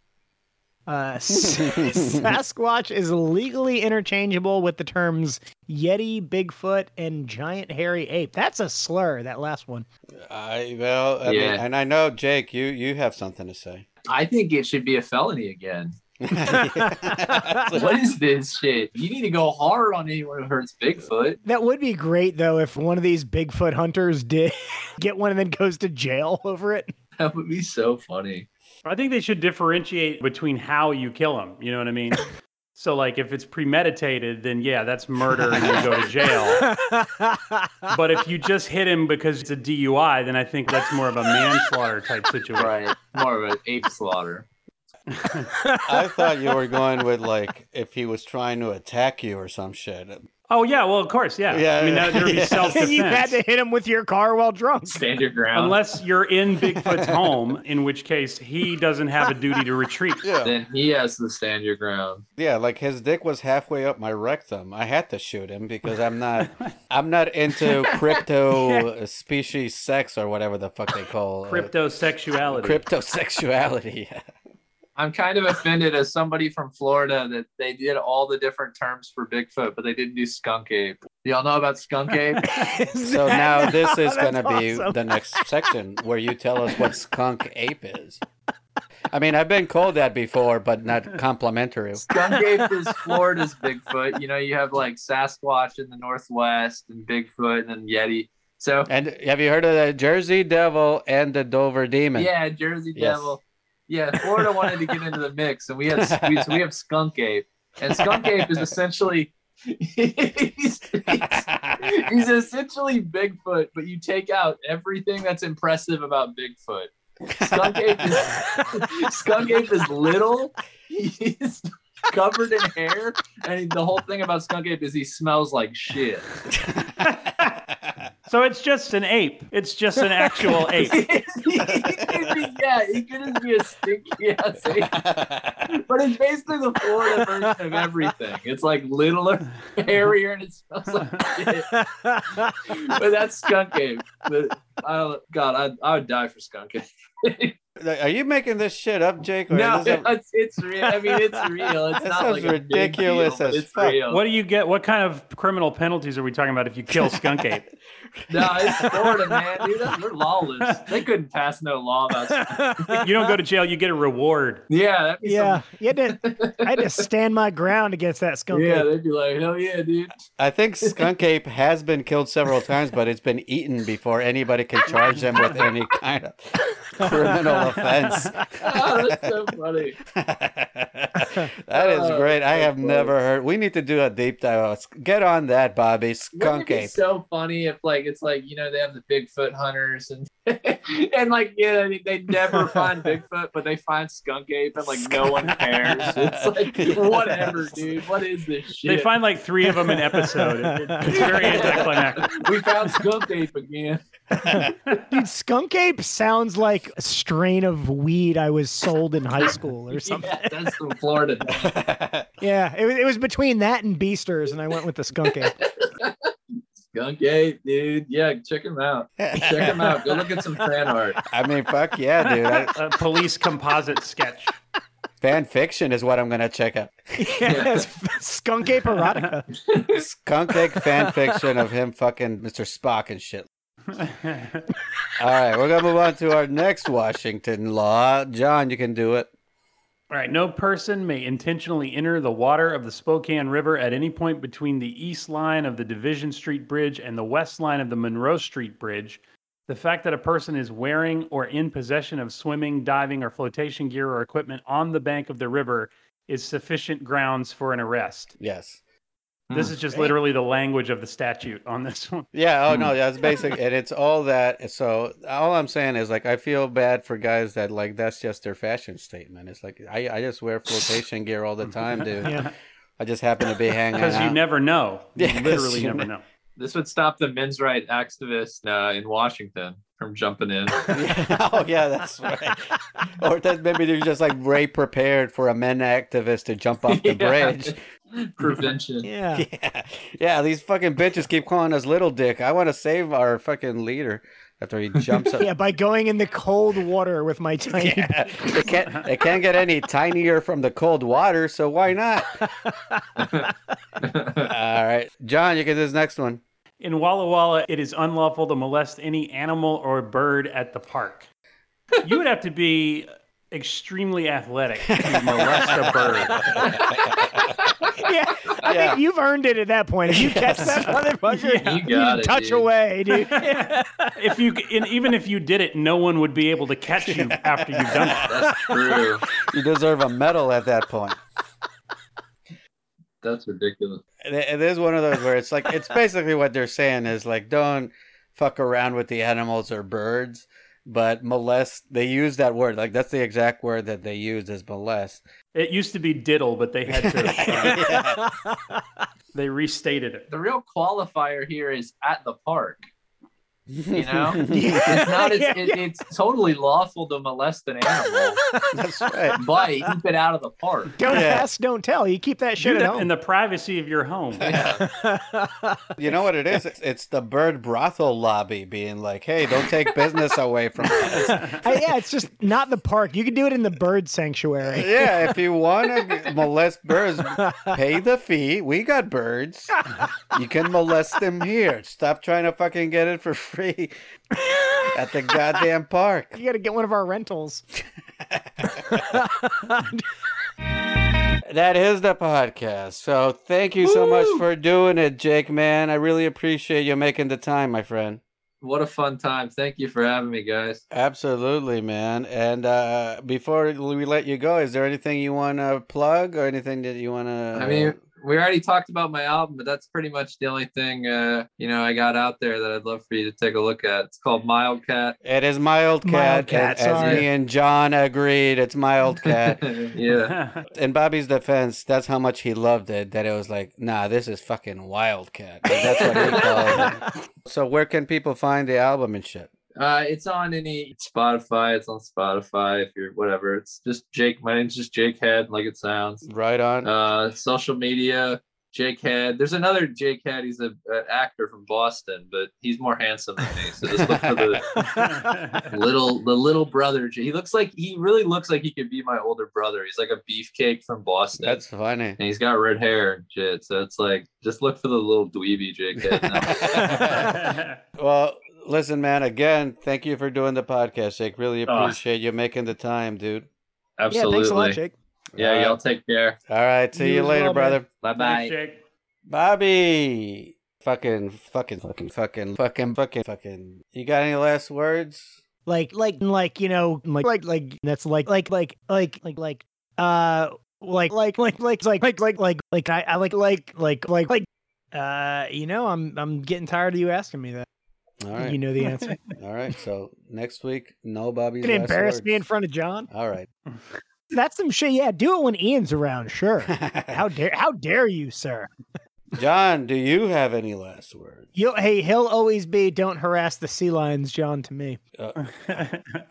D: Uh, [LAUGHS] s- Sasquatch is legally interchangeable with the terms Yeti, Bigfoot, and giant hairy ape. That's a slur. That last one.
A: I well, I mean,
C: Yeah.
A: and I know Jake, you you have something to say. [LAUGHS]
C: I think it should be a felony
D: [LAUGHS]
C: again.
A: Yeah.
C: What is this shit? You need to go hard on anyone who hurts Bigfoot. [LAUGHS]
D: That would be great though if one of these Bigfoot hunters did [LAUGHS] get one and then goes to jail over it.
C: That would be so funny.
B: I think they should differentiate between how you kill them. You know what I mean? so, like, if it's premeditated, then yeah, that's murder and you go to jail.
D: [LAUGHS]
B: But if you just hit him because it's a DUI, then I think that's more of a manslaughter type situation.
C: Right. More of an ape slaughter.
A: I thought you were going with like if he was trying to attack you or some shit.
B: Oh yeah, well of course, yeah.
A: Yeah,
B: I mean, that, there'd be
A: [LAUGHS] yeah.
B: self
D: and you had
B: defense.
D: to hit him with your car while drunk.
C: Stand your ground.
B: Unless you're in Bigfoot's home, in which case he doesn't have a duty to retreat.
A: Yeah.
C: then he has to stand your ground.
A: Yeah, like his dick was halfway up my rectum. I had to shoot him because I'm not I'm not into crypto species sex or whatever the fuck they call it.
B: Cryptosexuality.
A: Cryptosexuality.
D: [LAUGHS]
C: I'm kind of offended as somebody from Florida that they did all the different terms for Bigfoot, but they didn't do skunk ape. Y'all know about skunk ape?
D: [LAUGHS]
A: So now this is going to
D: That's
A: be
D: [LAUGHS] awesome.
A: the next section where you tell us what skunk ape is. I mean, I've been called that before, but
D: [LAUGHS]
A: not complimentary.
C: skunk ape is Florida's Bigfoot. You know, you have like Sasquatch in the Northwest and Bigfoot and then Yeti. So
A: And have you heard of the Jersey Devil and the Dover Demon?
C: yeah, Jersey
A: Yes.
C: Devil. Yeah, Florida wanted to get into the mix, and we had we, so we have skunk ape, and skunk ape is essentially. [LAUGHS] he's- he's- [LAUGHS] He's essentially Bigfoot, but you take out everything that's impressive about Bigfoot. Skunk ape is, skunk ape is little. He's covered in hair, and the whole thing about skunk ape is he smells like shit.
B: So it's just an ape. It's just
A: [LAUGHS]
B: an actual ape.
C: [LAUGHS] he could be, yeah, he could just be a stinky ass ape. But it's basically the Florida version of everything. It's like littler, hairier, and it smells like shit. But that's skunk ape. But I don't, God, I, I would die for skunk ape.
A: [LAUGHS] Are you making this shit up, Jake? or
C: No,
A: is this a-
C: it's it's real. I mean, it's real. It's
A: That
C: not
A: sounds
C: like a big
A: ridiculous
C: deal,
A: as
C: but it's
A: fuck.
C: real.
B: What do you get? What kind of criminal penalties are we talking about if you kill skunk ape?
C: No, it's Florida, man, dude. That- We're lawless. They couldn't pass no law
D: [LAUGHS]
C: about.
B: you don't go to jail. You get a reward.
C: Yeah, that'd be
D: Yeah, you had to, I had to stand my ground against that
C: Some,
D: skunk.
C: yeah,
D: ape.
C: they'd be like, hell yeah, dude. [LAUGHS]
A: I think skunk ape has been killed several times, but it's been eaten before anybody can charge them with any kind of criminal offense.
C: Oh, that's so funny. [LAUGHS]
A: that is
C: Oh,
A: great. I
C: so
A: have
C: close.
A: never heard. We need to do a deep dive. on sk- Get on that, Bobby.
C: Wouldn't
A: Skunk
C: it be
A: ape.
C: so funny if like it's like you know they have the Bigfoot hunters and [LAUGHS] and like yeah they- they
A: [LAUGHS]
C: never find Bigfoot but they find skunk ape and like no one cares. It's
A: [LAUGHS]
C: like whatever, dude. What is this shit?
B: They find like three of them an episode.
D: [LAUGHS]
B: [LAUGHS] It- it's very anticlimactic.
C: we found skunk ape again.
D: Dude, skunk ape sounds like a strain of weed I was sold in high school or something.
C: Yeah, that's from
A: [LAUGHS]
C: Florida.
D: [LAUGHS] Yeah, it was, it was between that and Beasters, and I went with the skunk ape.
C: Gunk Eight, dude. Yeah, check him out. Check him out. Go look at some fan art.
A: I mean, fuck yeah, dude. I,
B: a police composite sketch. [LAUGHS]
A: fan fiction is what I'm gonna check out.
D: Yes, Skunk Ape erotica.
A: Skunk egg fan fiction of him fucking Mr. Spock and shit. All right, we're gonna move on to our next Washington law. John, you can do it.
B: All right. No person may intentionally enter the water of the Spokane River at any point between the east line of the Division Street Bridge and the west line of the Monroe Street Bridge. The fact that a person is wearing or in possession of swimming, diving, or flotation gear or equipment on the bank of the river is sufficient grounds for an arrest.
A: Yes.
B: This
C: Hmm.
B: is just
D: Great.
B: literally the language of the statute on this one.
A: Yeah. Oh no, that's basic, and it's all that. So all I'm saying is like I feel bad for guys that like that's just their fashion statement. It's like I, I just wear flotation gear all the time, dude.
D: Yeah.
A: I just happen to be
B: [LAUGHS]
A: hanging
B: Because you
A: out.
B: never know. You
A: Yeah, 'cause
B: literally
A: you
B: never
A: ne-
B: know.
C: This would stop the men's right activist uh, in Washington from jumping in.
A: [LAUGHS] Yeah, oh yeah, that's right. or that maybe they're just like Ray prepared for a men activist to jump off the
C: [LAUGHS] Yeah.
A: bridge. [LAUGHS]
D: [LAUGHS]
C: Prevention.
D: Yeah.
A: Yeah, yeah. These fucking bitches keep calling us little dick. I want to save our fucking leader after he jumps
D: [LAUGHS]
A: up.
D: Yeah, by going in the cold water with my tiny.
A: [LAUGHS] Yeah, it can't. It can't get any tinier from the cold water. So why not?
B: [LAUGHS]
A: All right, John, you get this next one.
B: In Walla Walla, it is unlawful to molest any animal or bird at the park. You would have to be extremely athletic to molest a bird.
D: [LAUGHS] Yeah, I
A: Yeah.
D: think you've earned it at that point. If you catch that motherfucker,
B: Yeah.
C: You got it.
D: touch
C: dude.
D: away, dude.
B: If you and even if you did it, no one would be able to catch you after you've done it.
C: That's true.
A: You deserve a medal at that point.
C: That's ridiculous.
A: It- it is one of those where it's like it's basically what they're saying is like don't fuck around with the animals or birds but molest they use that word like that's the exact word that they used is molest
B: It used to be diddle, but they had to uh,
A: Yeah.
B: they restated it.
C: The real qualifier here is at the park.
D: [LAUGHS]
A: you
C: know?
D: Yeah.
C: It's not. As,
D: Yeah,
C: it, It's totally lawful to molest an animal,
A: [LAUGHS] that's right
C: but keep it out of the park.
D: Don't
A: Yeah.
D: ask, don't tell. You keep that shit
B: Do
D: at
B: that in
D: home.
B: the privacy of your home.
C: Yeah.
A: you know what it is it's, it's the bird brothel lobby being like hey don't take business away from us
D: [LAUGHS] I- yeah, it's just not the park. You can do it in the bird
A: [LAUGHS]
D: sanctuary.
A: yeah if you want to molest birds pay the fee we got birds you can molest them here stop trying to fucking get it for free at the goddamn park.
D: You got to get one of our rentals.
A: That is the podcast. So thank you so much
C: Woo!
A: for doing it, Jake, man. I really appreciate you making the time, my friend.
C: What a fun time! Thank you for having me, guys.
A: Absolutely, man. And uh, before we let you go, is there anything you want to plug or anything that you want to?
C: I
D: Uh,
C: mean, we already talked about my album, but that's pretty much the only thing uh, you know I got out there that I'd love for you to take a look at. It's called Mild Cat.
A: it is Mild Cat.
D: Mild Cat,
A: as- as
D: sorry.
A: me and John agreed, it's Mild Cat.
C: [LAUGHS] yeah,
B: [LAUGHS]
A: [LAUGHS] In Bobby's defense, that's how much he loved it. That it was like, nah, this is fucking Wildcat. That's what he
D: [LAUGHS]
A: called it. So, where can people find the album and shit?
C: uh, it's on any Spotify. It's on Spotify if you're whatever. It's just Jake. My name's just Jake Head, like it sounds.
A: Right on.
C: Uh, social media, Jake Head. There's another Jake Head. He's a, an actor from Boston, but he's more handsome than me. So just look for
D: [LAUGHS]
C: the little the little brother. He looks like he really looks like he could be my older brother. He's like a beefcake from Boston.
A: That's funny.
C: and he's got red hair and shit. So it's like, just look for the little dweeby Jake. Head now.
A: [LAUGHS]
C: [LAUGHS]
A: Well, listen, man, again, thank you for doing the podcast, Jake. Really
C: Oh.
A: appreciate you making the time, dude.
C: Absolutely.
D: [LAUGHS] Yeah, thanks a lot, Jake.
C: Yeah, y'all take care.
A: All right. See
D: You
A: you,
D: as
A: later,
D: well, man.
A: brother.
C: Bye
B: Thanks,
C: bye.
B: Jake.
A: Bobby. Fucking, fucking, fucking, fucking, fucking, fucking, fucking. You got any last words?
D: Like, like, like, you know, like, like, like, that's like, like, like, like, like, like, uh, like, like, like, like, like, like, like, like, like, I, I like, like, like, like, like, uh, you know, I'm, I'm getting tired of you asking me that.
A: All right. [LAUGHS]
D: You know the answer.
A: All right. So next week, no Bobby's.
D: Gonna
A: last
D: embarrass me in
A: words.
D: front of John.
A: All
D: [LAUGHS]
A: right. [LAUGHS]
D: That's some shit. Yeah, do it when Ian's around. Sure. How dare, how dare you, sir?
A: John, do you have any last words?
D: Yo, hey, he'll always be don't harass the sea lions, John, to me.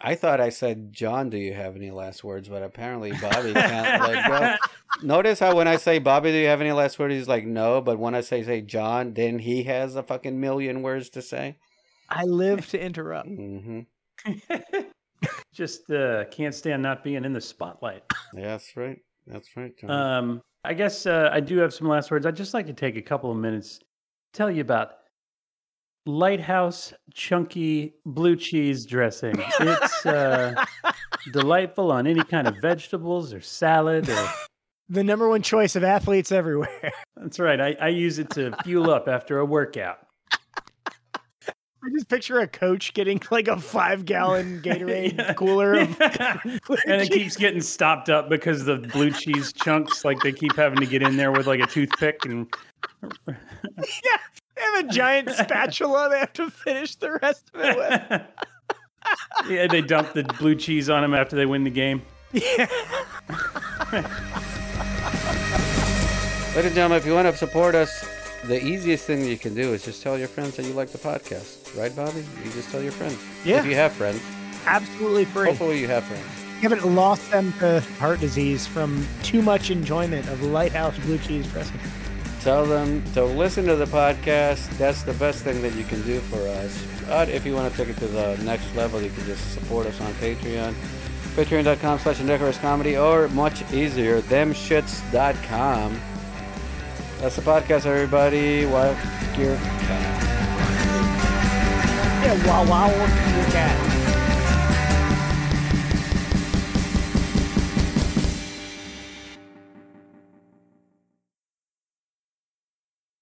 A: I thought I said, John, do you have any last words? But apparently Bobby can't let
D: [LAUGHS]
A: go. Notice how when I say, Bobby, do you have any last words? He's like, no. But when I say, say, John, then he has a fucking million words to say.
D: I live to interrupt.
A: hmm
B: [LAUGHS] Just uh, can't stand not being in the spotlight.
A: That's right. That's right, John.
B: Um, I guess uh, I do have some last words. I'd just like to take a couple of minutes tell you about Lighthouse Chunky Blue Cheese Dressing. It's
D: [LAUGHS]
B: uh, delightful on any kind of vegetables or salad. Or...
D: The number one choice of athletes everywhere.
B: That's right. I, I use it to fuel up after a workout.
D: I just picture a coach getting like a five gallon Gatorade
B: Yeah.
D: cooler
B: [LAUGHS]
D: of
B: and it keeps getting stopped up because the blue cheese chunks, like they keep having to get in there with like a toothpick and
D: They have a giant spatula they have to finish the rest of
B: [LAUGHS]
D: it with.
B: yeah, [LAUGHS] they dump the blue cheese on them after they win the game.
A: Ladies and gentlemen, if you want to support us, the easiest thing you can do is just tell your friends that you like the podcast. Right, Bobby? You just tell your friends.
D: Yeah.
A: If you have friends.
D: Absolutely free.
A: Hopefully you have friends.
D: Haven't Oh. lost them to heart disease from too much enjoyment of lighthouse blue cheese dressing.
A: Tell them to listen to the podcast. That's the best thing that you can do for us. But if you want to take it to the next level, you can just support us on Patreon. Patreon.com slash indecorous comedy or much easier, themshits.com. That's the podcast, everybody. Wild Gear Cat.
D: Yeah, wow, wow, look at.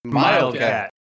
A: Mildcat.